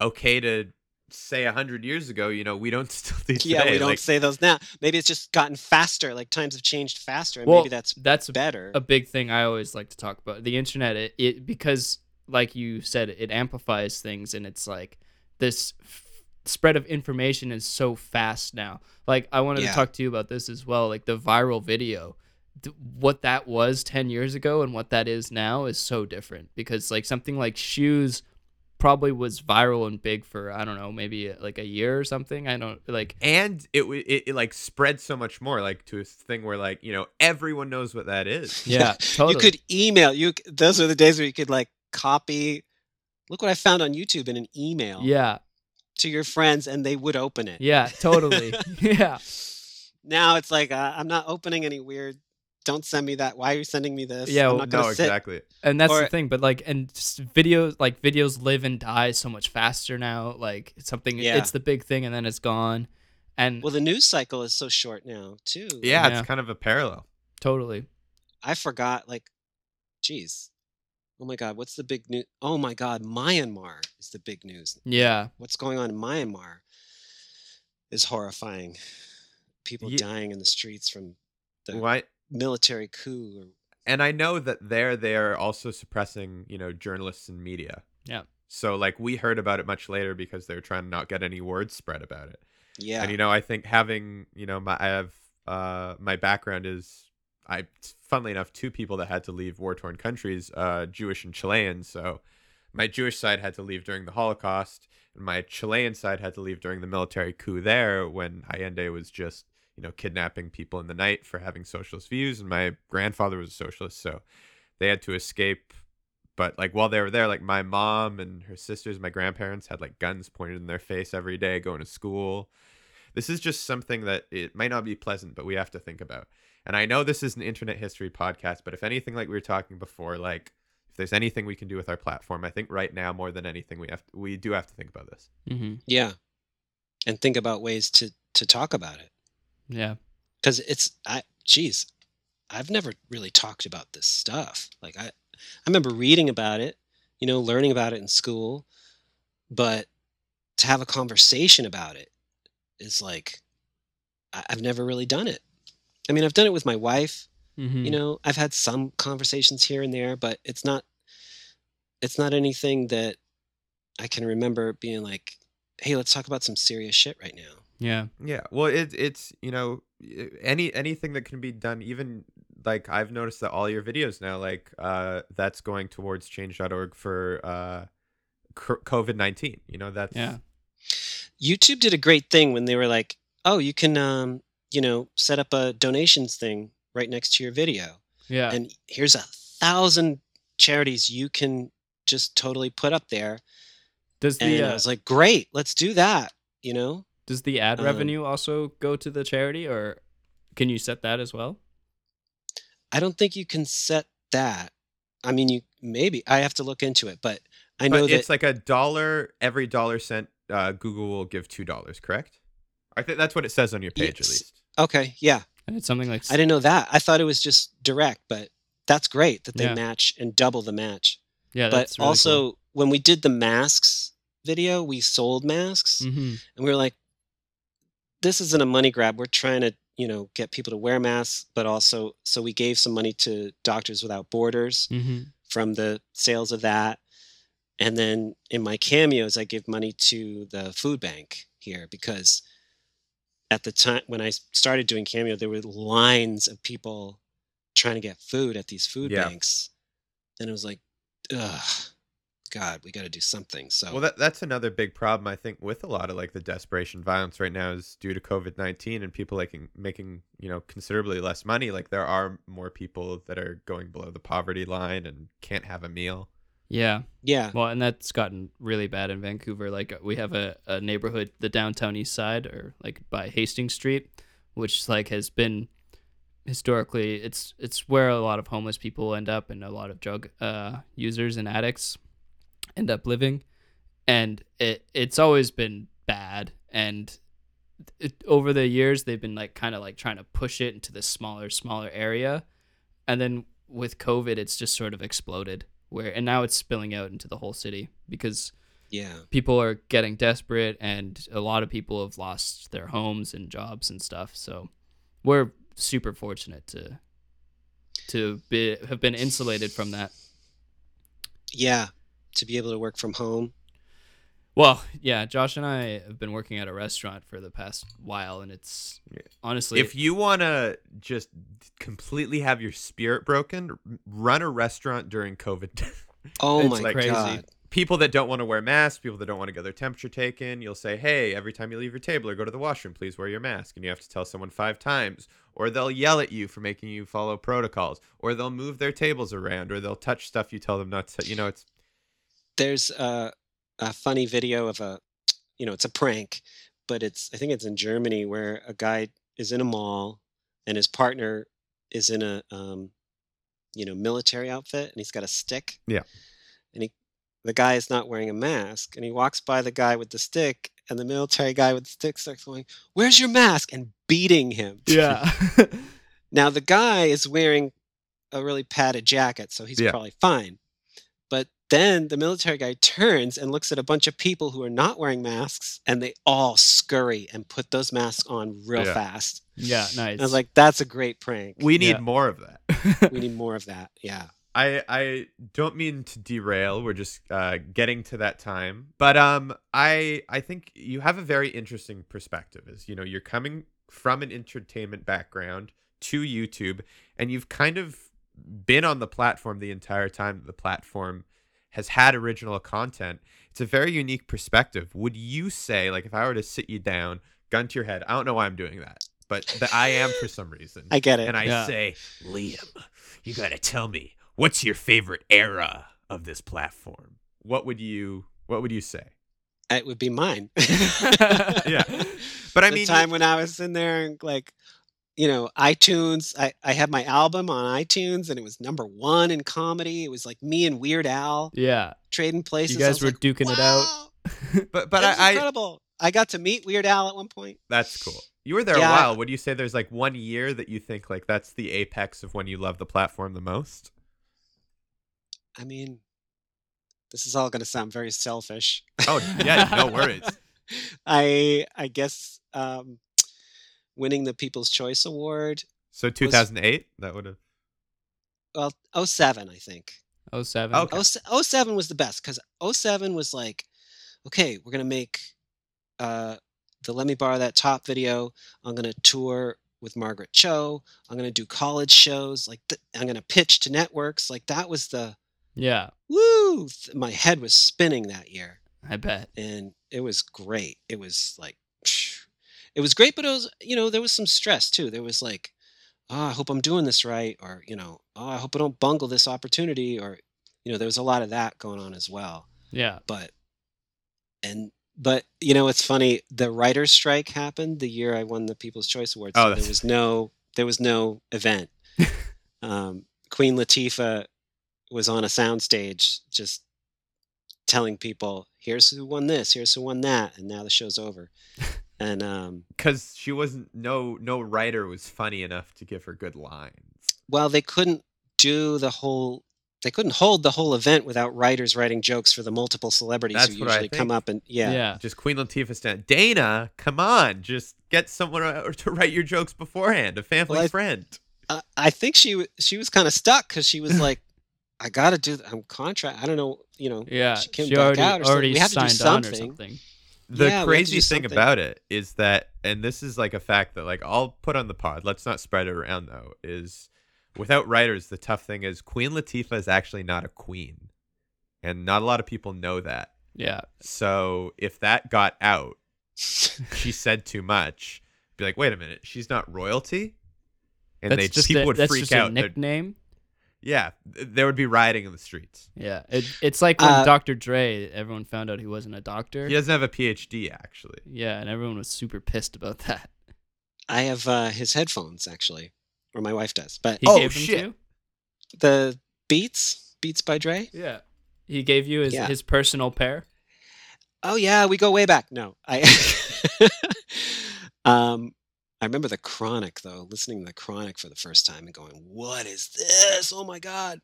okay to say a hundred years ago. You know, we don't still do today.
yeah, we don't
like,
say those now. Maybe it's just gotten faster. Like times have changed faster, and
Well,
maybe that's
that's
better.
a big thing I always like to talk about. The internet, it, it because like you said, it amplifies things, and it's like this f- spread of information is so fast now. Like I wanted
Yeah.
to talk to you about this as well, like the viral video. Th- What that was 10 years ago and what that is now is so different because, like, something like shoes probably was viral and big for, I don't know, maybe uh, like a year or something. I don't like,
and it, w- it it like spread so much more, like to a thing where like you know everyone knows what that is.
yeah, totally.
You could email. You c- those are the days where you could like copy. Look what I found on YouTube in an email
yeah,
to your friends, and they would open it.
yeah, totally. yeah.
Now it's like uh, I'm not opening any weird. Don't send me that. Why are you sending me this?
Yeah,
I'm
well,
not gonna
No,
sit-
exactly.
and that's
Or-
the thing but like and just videos like videos live and die so much faster now like it's something
Yeah.
it's the big thing and then it's gone and
Well, the news cycle is so short now, too.
Yeah,
Yeah.
it's kind of a parallel.
totally
I forgot, like, geez. Oh my God, what's the big news? Oh my God, Myanmar is the big news.
yeah
What's going on in Myanmar is horrifying. People
Ye-
dying in the streets from the
Why?
military coup. Or,
And I know that there they are also suppressing you know journalists and media.
Yeah.
So like we heard about it much later because they were trying to not get any word spread about it.
yeah.
And you know, I think having you know my I have uh my background is I funnily enough two people that had to leave war torn countries, uh Jewish and Chilean. So my Jewish side had to leave during the Holocaust, and my Chilean side had to leave during the military coup there when Allende was just you know kidnapping people in the night for having socialist views, and my grandfather was a socialist, so they had to escape. But like while they were there, like my mom and her sisters, my grandparents had like guns pointed in their face every day going to school this is just something that it might not be pleasant, but we have to think about. And I know this is an internet history podcast, but if anything, like we were talking before, like if there's anything we can do with our platform, I think right now more than anything, we have we do have to think about this.
mm-hmm.
yeah. And think about ways to, to talk about it.
yeah
Because it's, I, geez, I've never really talked about this stuff. Like I, I remember reading about it, you know, learning about it in school, but to have a conversation about it is like I, I've never really done it. I mean, I've done it with my wife.
Mhm.
You know, I've had some conversations here and there, but it's not it's not anything that I can remember being like, "Hey, let's talk about some serious shit right now."
yeah.
Yeah, well, it, it's you know i- any anything that can be done, even like I've noticed that all your videos now, like uh, that's going towards change.org for uh, COVID nineteen. You know, that's
Yeah.
YouTube did a great thing when they were like, "Oh, you can um, you know, set up a donations thing right next to your video."
Yeah.
and here's a thousand charities you can just totally put up there.
does
And
the
I
uh,
was like, great, let's do that. You know,
does the ad
um,
revenue also go to the charity or can you set that as well?
I don't think you can set that. I mean, you maybe I have to look into it, but I know
But
that
it's like a dollar every dollar cent. Uh, Google will give two dollars, correct? I think that's what it says on your page, at
Yes.
least.
okay, yeah,
And it's something like
I didn't know that. I thought it was just direct, but that's great that they
Yeah.
match and double the match.
yeah,
but
that's really
also, when we did the masks video, we sold masks.
cool. Mhm.
and we were like this isn't a money grab we're trying to you know get people to wear masks but also so we gave some money to doctors without borders
Mhm.
from the sales of that and then in my cameos i give money to the food bank here because at the time when i started doing cameo there were lines of people trying to get food at these food
Yeah.
banks and it was like ugh god we got to do something so
Well, that that's another big problem I think with a lot of like the desperation violence right now is due to COVID nineteen and people like in- making you know considerably less money. Like there are more people that are going below the poverty line and can't have a meal.
Yeah.
yeah
Well, and that's gotten really bad in Vancouver. Like we have a, a neighborhood, the downtown east side, or like by Hastings Street, which like has been historically it's it's where a lot of homeless people end up and a lot of drug uh, users and addicts end up living, and it it's always been bad. And it, over the years, they've been like kind of like trying to push it into this smaller, smaller area and then with covid it's just sort of exploded where and now it's spilling out into the whole city because
yeah
people are getting desperate and a lot of people have lost their homes and jobs and stuff so we're super fortunate to to be, have been insulated from that
yeah to be able to work from home
well yeah josh and i have been working at a restaurant for the past while and it's honestly
If you want to just completely have your spirit broken, r- run a restaurant during COVID.
oh
It's
my
like
crazy.
god
people that don't want to wear masks, people that don't want to get their temperature taken, you'll say, "Hey, every time you leave your table or go to the washroom, please wear your mask." And you have to tell someone 5 times, or they'll yell at you for making you follow protocols, or they'll move their tables around, or they'll touch stuff you tell them not to, you know, it's
there's a, a funny video of a you know it's a prank but it's i think it's in germany where a guy is in a mall and his partner is in a um, you know military outfit and he's got a stick
Yeah.
and he the guy is not wearing a mask and he walks by the guy with the stick and the military guy with the stick starts going where's your mask and beating him
yeah
Now the guy is wearing a really padded jacket, so he's
Yeah.
probably fine. But then the military guy turns and looks at a bunch of people who are not wearing masks, and they all scurry and put those masks on real
Yeah.
fast.
yeah nice
And I was like, "That's a great prank. We,
we need
Yeah.
more of that.
need more of that." Yeah,
I I don't mean to derail. We're just uh, getting to that time, but um, I I think you have a very interesting perspective. Is you know you're coming from an entertainment background to YouTube, and you've kind of been on the platform the entire time that the platform has had original content. It's a very unique perspective. Would you say, like, if I were to sit you down, gun to your head, I don't know why I'm doing that, but that I am for some reason
I get it.
and I
Yeah.
say, Liam, you gotta tell me what's your favorite era of this platform. What would you What would you say?
it would be mine.
Yeah. But I
the
mean,
time when I was in there and like, you know, iTunes. I I had my album on iTunes, and it was number one in comedy. It was like me and Weird Al
yeah
trading places.
you
I
guys
was
were
like,
duking it out
"Wow,
but but
That's
I, I
incredible. I got to meet Weird Al at one point.
that's cool. You were there
Yeah.
a while. Would you say there's like one year that you think like that's the apex of when you love the platform the most?
I mean, this is all going to sound very selfish.
Oh yeah, no worries.
I I guess um, winning the People's Choice Award.
So 2008, that would have.
Well, 07, I think.
Oh seven.
Okay.
Oh se- 07 was the best because 07 was like, okay, we're going to make uh, the Let Me Borrow That Top video. I'm going to tour with Margaret Cho. I'm going to do college shows. Like, th- I'm going to pitch to networks. Like, that was the
Yeah,
woo. Th- my head was spinning that year.
I bet.
and it was great. It was like, it was great, but it was, you know, there was some stress too. There was like, oh, I hope I'm doing this right, or, you know, oh, I hope I don't bungle this opportunity, or, you know, there was a lot of that going on as well.
Yeah.
But, and, but, you know, it's funny, the writer's strike happened the year I won the People's Choice Award.
Oh,
So there
that's-
was no, there was no event. um, Queen Latifah was on a soundstage just telling people, "Here's who won this, here's who won that," and now the show's over. and um,
because she wasn't no no writer was funny enough to give her good lines
well, they couldn't do the whole. They couldn't hold the whole event without writers writing jokes for the multiple celebrities
That's
who
what I
usually come
think.
up and yeah.
Yeah.
just queen latifah stand dana come on just get someone o- to write your jokes beforehand a family
Well, I-
friend
I, I think she wa- she was kind of stuck because she was like, "I gotta do. th- I'm contract. I don't know. You know."
Yeah.
She
She,
came back
already
out or something.
already
We have to do
signed on or
something.
something.
the
Yeah, we have to do
crazy thing
something.
about it is that and this is like a fact that like i'll put on the pod let's not spread it around though is without writers the tough thing is queen latifah is actually not a queen and not a lot of people know that
Yeah.
so if that got out she said too much, be like, wait a minute, she's not royalty, and
that's
they
just
people
a,
would
that's
freak
just
out.
a
They're-
nickname.
Yeah, th- there would be rioting in the streets.
Yeah. It, it's like when
Uh,
Dr. Dre, everyone found out he wasn't a doctor.
He doesn't have a PhD, actually.
Yeah, and everyone was super pissed about that.
I have uh, his headphones actually, or my wife does, but
He
Oh,
gave them
shit.
to you?
the Beats Beats by Dre.
Yeah. He gave you his,
Yeah.
his personal pair.
oh yeah we go way back no i um i remember the chronic though listening to the chronic for the first time and going what is this oh my god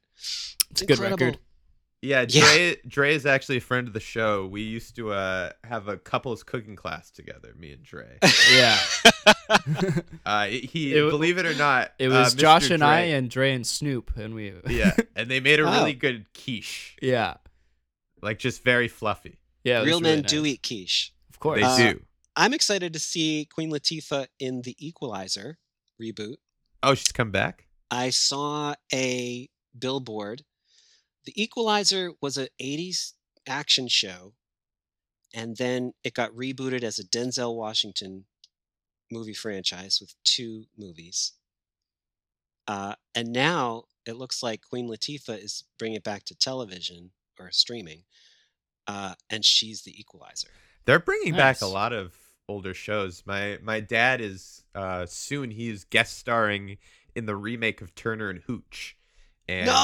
It's
it's,
a good record.
Yeah,
Yeah.
Dre, Dre is actually a friend of the show. We used to uh, have a couples cooking class together, me and Dre.
Yeah.
Uh, he,
It wa-
believe it or not,
It
uh,
was
Mr.
Josh and I
Dre-
and Oh. Dre and Snoop and we
yeah, and they made a
Wow.
really good quiche,
Yeah.
like just very fluffy.
Yeah. it was
real men
really
do
nice.
eat quiche
Of course.
They
Uh,
do.
i'm excited to see queen latifah in the equalizer reboot
Oh, she's come back.
I saw a billboard. The Equalizer was an 80s action show, and then it got rebooted as a Denzel Washington movie franchise with two movies. Uh, and now it looks like Queen Latifah is bringing it back to television or streaming, uh, and she's the Equalizer.
They're bringing back a
Nice.
lot of older shows. My my dad is uh, soon he is guest starring in the remake of Turner and Hooch. And
No!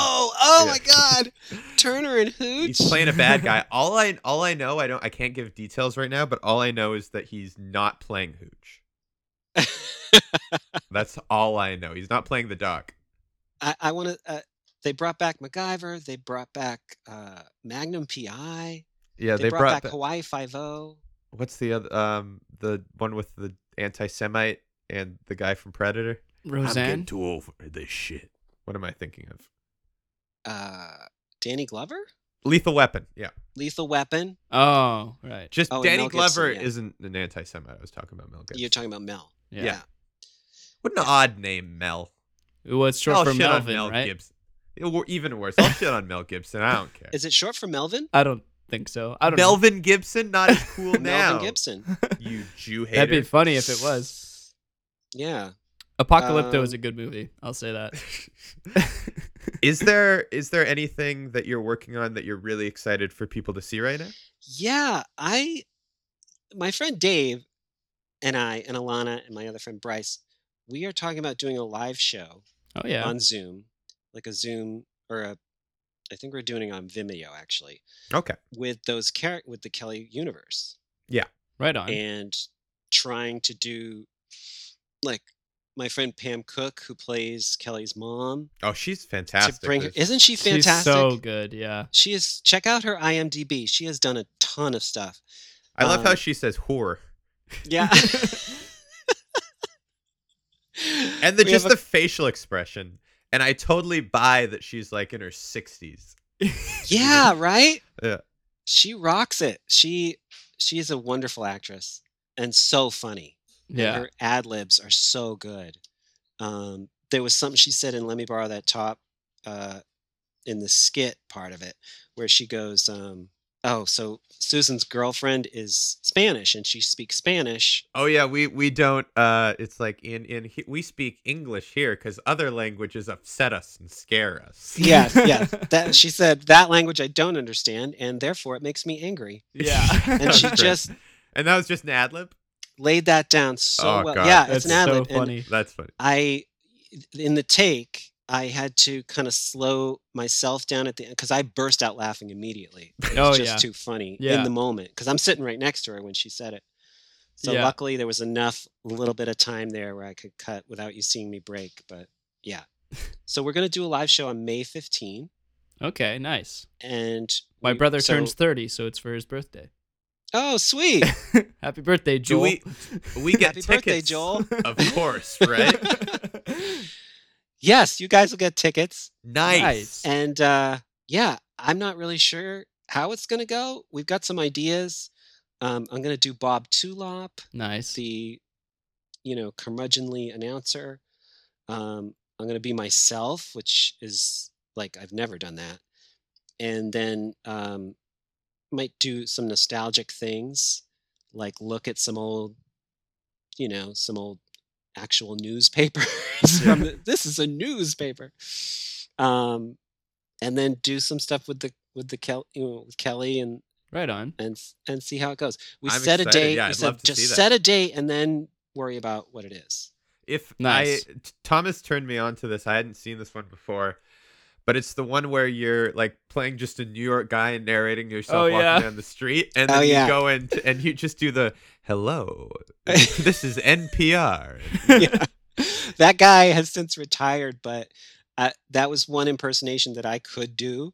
Oh my
Yeah.
God! Turner and Hooch?
he's playing a bad guy. All I all I know I don't I can't give details right now, but all I know is that he's not playing Hooch. That's all I know. He's not playing the doc.
I, I want to. Uh, they brought back MacGyver. They brought back uh, Magnum PI.
Yeah,
they, brought, back Hawaii Five O.
what's the other um the one with the anti Semite and the guy from Predator?
Roseanne.
too over this shit. What am I thinking of?
Uh, Danny Glover,
Lethal Weapon. Yeah.
Lethal Weapon.
Oh, right.
Just
Oh, and
Danny
Mel Gibson,
Glover
yeah.
isn't an anti-Semite. I was talking about Mel Gibson.
You're talking about Mel.
Yeah.
Yeah.
what an odd name, Mel.
It was short
I'll
for
Oh, shit
Melvin,
on Mel
right?
Gibson. It wor- even worse. I'll shit on Mel Gibson. I don't care.
Is it short for Melvin?
I don't think so. I don't know.
Melvin Gibson not as cool now?
Melvin Gibson.
You Jew hater.
That'd be funny if it was.
Yeah.
Apocalypto is
Um,
a good movie. I'll say that.
is there is there anything that you're working on that you're really excited for people to see right now?
Yeah, I, my friend Dave, and I, and Alana, and my other friend Bryce, we are talking about doing a live show
Oh yeah.
on Zoom, like a Zoom or a, I think we're doing it on Vimeo actually.
Okay.
with those character with the Kelly universe
right on.
and trying to do like my friend Pam Cook, who plays Kelly's mom,
Oh, she's fantastic.
to bring her.
There's-
Isn't she fantastic?
She's so good. Yeah.
She is. Check out her IMDb. She has done a ton of stuff.
I love how
um,
she says whore.
Yeah.
And the,
We have
just the facial expression. And I totally buy that she's like in her 60s.
a- yeah, right.
Yeah.
She rocks it. She she is a wonderful actress and so funny. And
Yeah.
her ad libs are so good. Um, there was something she said in "Let Me Borrow That Top" uh, in the skit part of it, where she goes, um, "Oh, so Susan's girlfriend is Spanish and she speaks Spanish."
Oh yeah, we we don't uh it's like in in he- we speak English here cuz other languages upset us and scare us.
Yes, yes. That she said that language I don't understand, and therefore it makes me angry.
Yeah.
And she
That's great.
just
And that was just an ad lib.
laid that down so
Oh,
well.
God.
Yeah,
That's
it's an ad
so
lib. and
funny.
That's funny.
I in the take I had to kind of slow myself down at the end because I burst out laughing immediately. It
Oh,
was just
yeah.
too funny
Yeah.
in the moment because I'm sitting right next to her when she said it. So
Yeah.
luckily there was enough little bit of time there where I could cut without you seeing me break. But yeah, so we're gonna do a live show on May 15,
Okay. Nice.
and
My
we-
brother
so-
turns 30, so it's for his birthday.
Oh, sweet!
Happy birthday,
Do
Joel.
we- We get
Happy
tickets.
birthday, Joel.
Of course, right?
yes, you guys will get tickets.
nice.
And uh, yeah, I'm not really sure how it's going to go. We've got some ideas. Um, I'm going to do Bob Tulop,
nice.
the, you know, curmudgeonly announcer. Um, I'm going to be myself, which is like I've never done that. And then um, might do some nostalgic things, like look at some old, you know, some old actual newspapers. from the, this is a newspaper. Um, and then do some stuff with the with the Kel- you know, with Kelly and
Right on.
and s- and see how it goes. We
I'm
set
excited.
a date.
Yeah,
we
I'd
said,
love to
just
see that.
set a date and then worry about what it is.
If
Nice.
I t- Thomas turned me on to this, I hadn't seen this one before, but it's the one where you're like playing just a New York guy and narrating yourself
Oh,
walking
yeah.
down the street, and
Oh,
then
yeah.
you go in t- and you just do the hello. this is NPR.
yeah. That guy has since retired, but uh, that was one impersonation that I could do.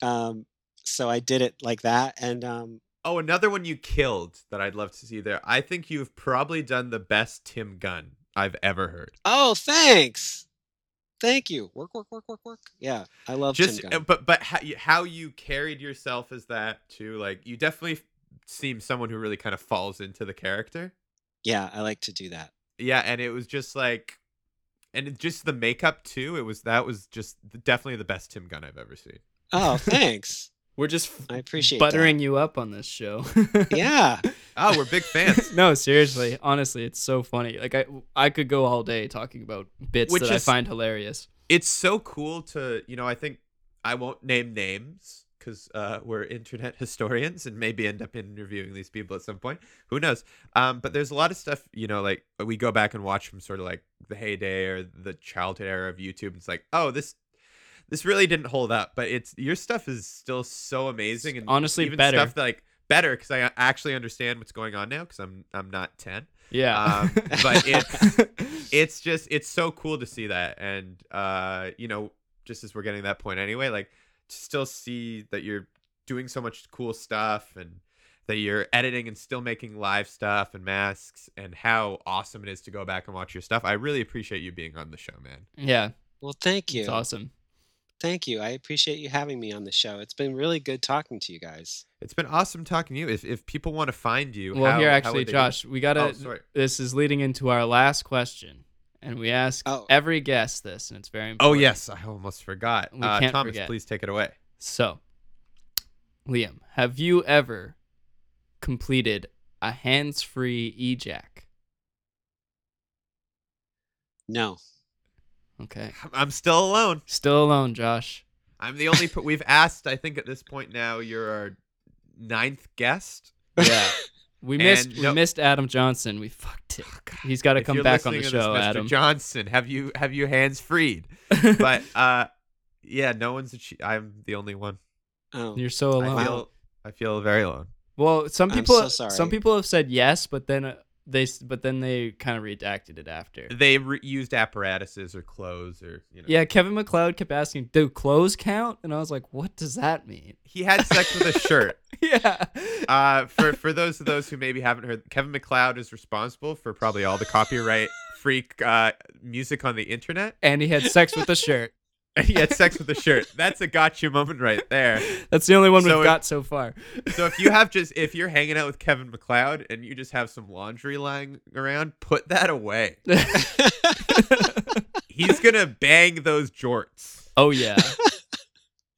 Um, so I did it like that, and um,
Oh, another one you killed that I'd love to see there. I think you've probably done the best Tim Gunn I've ever heard.
oh, thanks, thank you. Work, work, work, work, work. Yeah, I love Tim
Just
Gunn.
uh, but but how you, how you carried yourself as that too. Like you definitely f- seem someone who really kind of falls into the character.
yeah, I like to do that.
Yeah, and it was just like, and it, just the makeup too. It was that was just th- definitely the best Tim Gunn I've ever seen.
Oh, thanks.
We're just
I appreciate that.
buttering you up on this show.
Yeah,
Oh, we're big fans.
no, seriously. Honestly, it's so funny. Like I I could go all day talking about bits
Which
that
is-
I find hilarious.
it's so cool to you know. I think I won't name names because uh, we're internet historians and maybe end up interviewing these people at some point. Who knows? Um, but there's a lot of stuff you know, like we go back and watch from sort of like the heyday or the childhood era of YouTube. It's like, oh, this. This really didn't hold up, but it's your stuff is still so amazing and
Honestly,
even
better.
stuff that, like better because I actually understand what's going on now because I'm I'm not ten.
Yeah.
Um, but it's it's just it's so cool to see that, and uh, you know, just as we're getting that point anyway, like to still see that you're doing so much cool stuff and that you're editing and still making live stuff and masks and how awesome it is to go back and watch your stuff. I really appreciate you being on the show, man.
yeah,
well, thank you,
it's awesome.
thank you. I appreciate you having me on the show. It's been really good talking to you guys.
It's been awesome talking to you. If if people want to find you,
Well,
how,
here
how
actually,
would they do-
Josh, we gotta.
Oh, sorry.
This is leading into our last question, and we ask
Oh.
every guest this, and it's very
Oh
important.
yes, I almost forgot.
We
Uh,
can't
Thomas,
forget.
please take it away.
So, Liam, have you ever completed a hands-free E ejac?
No,
Okay,
I'm- I'm still alone.
still alone, Josh.
I'm the only. Per- we've asked. I think at this point now, you're our ninth guest.
Yeah, we missed.
And
We
no-
missed Adam Johnson. We fucked it. He's got to
Oh, If
come
you're
back on the
listening to this,
show,
Mr.
Adam.
Johnson, have you have you hands freed? But uh, yeah, no one's. Achi- I'm the only one.
oh,
You're so alone.
I feel I feel very alone.
Well, some
I'm
people
so
some
sorry.
people have said yes, but then uh, they s- but then they kind of redacted it after.
They re- used apparatuses or clothes or you know.
Yeah, Kevin McLeod kept asking, "Do clothes count?" And I was like, "What does that mean?"
He had sex with a shirt.
yeah,
Uh, for for those of those who maybe haven't heard, Kevin McLeod is responsible for probably all the copyright freak uh, music on the internet.
and he had sex with a shirt.
And he had sex with a shirt. That's a gotcha moment right there.
That's the only one
So
we've
it-
got so far.
So if you have just if you're hanging out with Kevin McLeod and you just have some laundry lying around, put that away. He's gonna bang those jorts.
Oh yeah.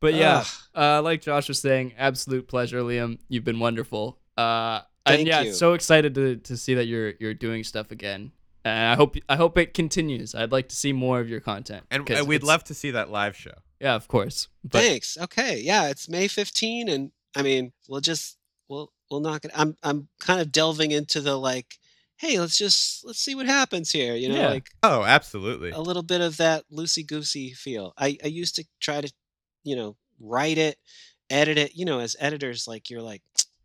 But yeah,
Ugh.
uh, like Josh was saying, absolute pleasure, Liam. You've been wonderful. Uh, and
Thank
yeah,
you.
so excited to, to see that you're you're doing stuff again. And I hope I hope it continues. I'd like to see more of your content.
And,
'cause
and we'd
it's-
love to see that live show.
Yeah, of course. But
Thanks. Okay. Yeah, it's May 15 and I mean, we'll just we'll we'll knock it. I'm I'm kind of delving into the like, hey, let's just let's see what happens here, you know,
Yeah.
like
Oh, absolutely.
a little bit of that loosey goosey feel. I, I used to try to, you know, write it, edit it. You know, as editors, like you're like,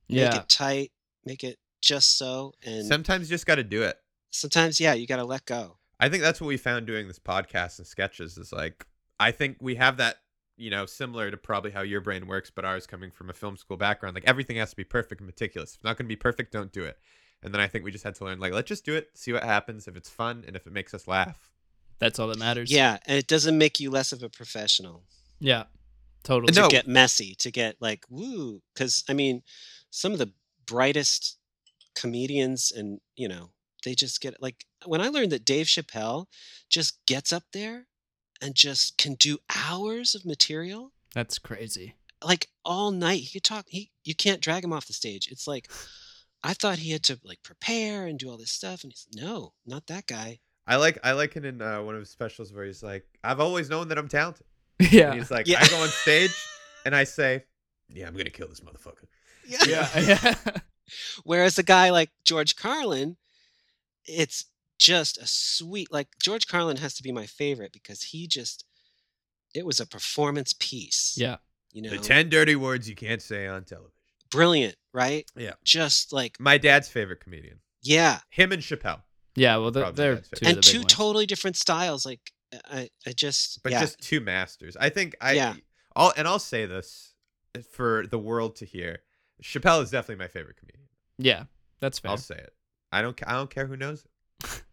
make
yeah,
it tight, make it just so. And
Sometimes you just got to do it.
sometimes, yeah, you got to let go.
I think that's what we found doing this podcast and sketches is like I think we have that, you know, similar to probably how your brain works, but ours coming from a film school background, like everything has to be perfect and meticulous. If it's not going to be perfect, don't do it. And then I think we just had to learn like let's just do it, see what happens, if it's fun and if it makes us laugh.
that's all that matters.
Yeah, and it doesn't make you less of a professional.
yeah, totally.
No.
to get messy, to get like woo, because I mean, some of the brightest comedians and you know they just get like when I learned that Dave Chappelle just gets up there and just can do hours of material
That's crazy.
like all night. He could talk. He you can't drag him off the stage. It's like I thought he had to like prepare and do all this stuff, and he's no, not that guy.
I like I like it in uh, one of his specials where he's like, I've always known that I'm talented. And
Yeah,
he's like,
Yeah.
I go on stage and I say, Yeah, I'm gonna kill this motherfucker.
yeah,
Whereas a guy like George Carlin, it's just a sweet like George Carlin has to be my favorite because he just it was a performance piece.
yeah.
You know
The ten dirty words you can't say on television.
brilliant, right?
Yeah.
Just like
My dad's favorite comedian.
yeah.
Him and Chappelle.
Yeah, well, they're,
Probably
they're
that's
two of the
it.
and
big
two
ones.
totally different styles. Like I I just
but
yeah.
just two masters. I think I
Yeah.
I'll and I'll say this eh, for the world to hear. Chappelle is definitely my favorite comedian.
Yeah, that's fair.
I'll say it. I don't ca- I don't care who knows it.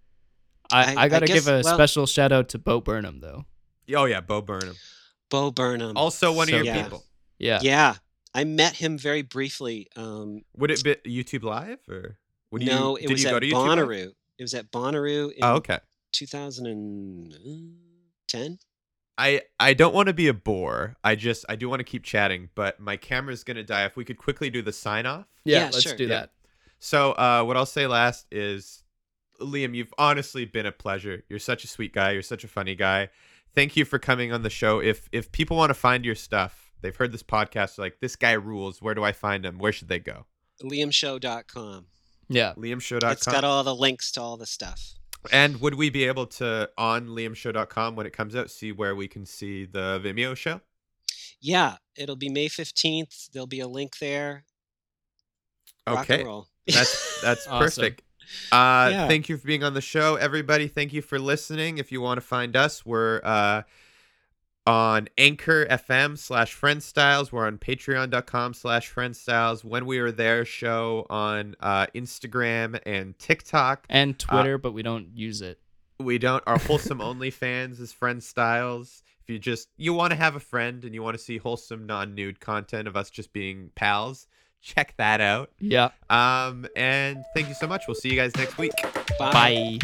I,
I-
I,
I
gotta
guess-
give a
well-
special shout out to Bo Burnham though.
Oh yeah, Bo Burnham.
Bo Burnham.
Also one
So
of your
good.
people.
Yeah,
yeah. I met him very briefly. Um
Would it be YouTube live or would you
no, it
did
was
you
at
go to YouTube Live?
Bonnaroo. It was at Bonnaroo in
Oh, okay.
2010.
I I don't want to be a bore. I just I do want to keep chatting, but my camera's going to die if we could quickly do the sign off.
yeah.
Yeah,
let's
sure.
do
Yeah.
that.
So, uh, what I'll say last is, Liam, you've honestly been a pleasure. You're such a sweet guy. You're such a funny guy. Thank you for coming on the show. If if people want to find your stuff, they've heard this podcast. Like this guy rules. Where do I find him? Where should they go?
liamshow.com.
Yeah,
It's got
LiamShow.com.
all the links to all the stuff.
And would we be able to on LiamShow.com when it comes out see where we can see the Vimeo show?
Yeah, it'll be May 15th. There'll be a link there. Rock
Okay,
and roll.
that's that's
Awesome.
perfect. Uh,
Yeah.
Thank you for being on the show, everybody. Thank you for listening. If you want to find us, we're uh, on Anchor FM slash Friend Styles. We're on Patreon.com slash Friend Styles. When we were there, show on uh, Instagram and TikTok.
and Twitter, but we don't use it.
We don't. Our wholesome OnlyFans is Friend Styles. If you just you want to have a friend and you want to see wholesome non nude content of us just being pals, check that out.
Yeah,
Um, and thank you so much. We'll see you guys next week.
bye.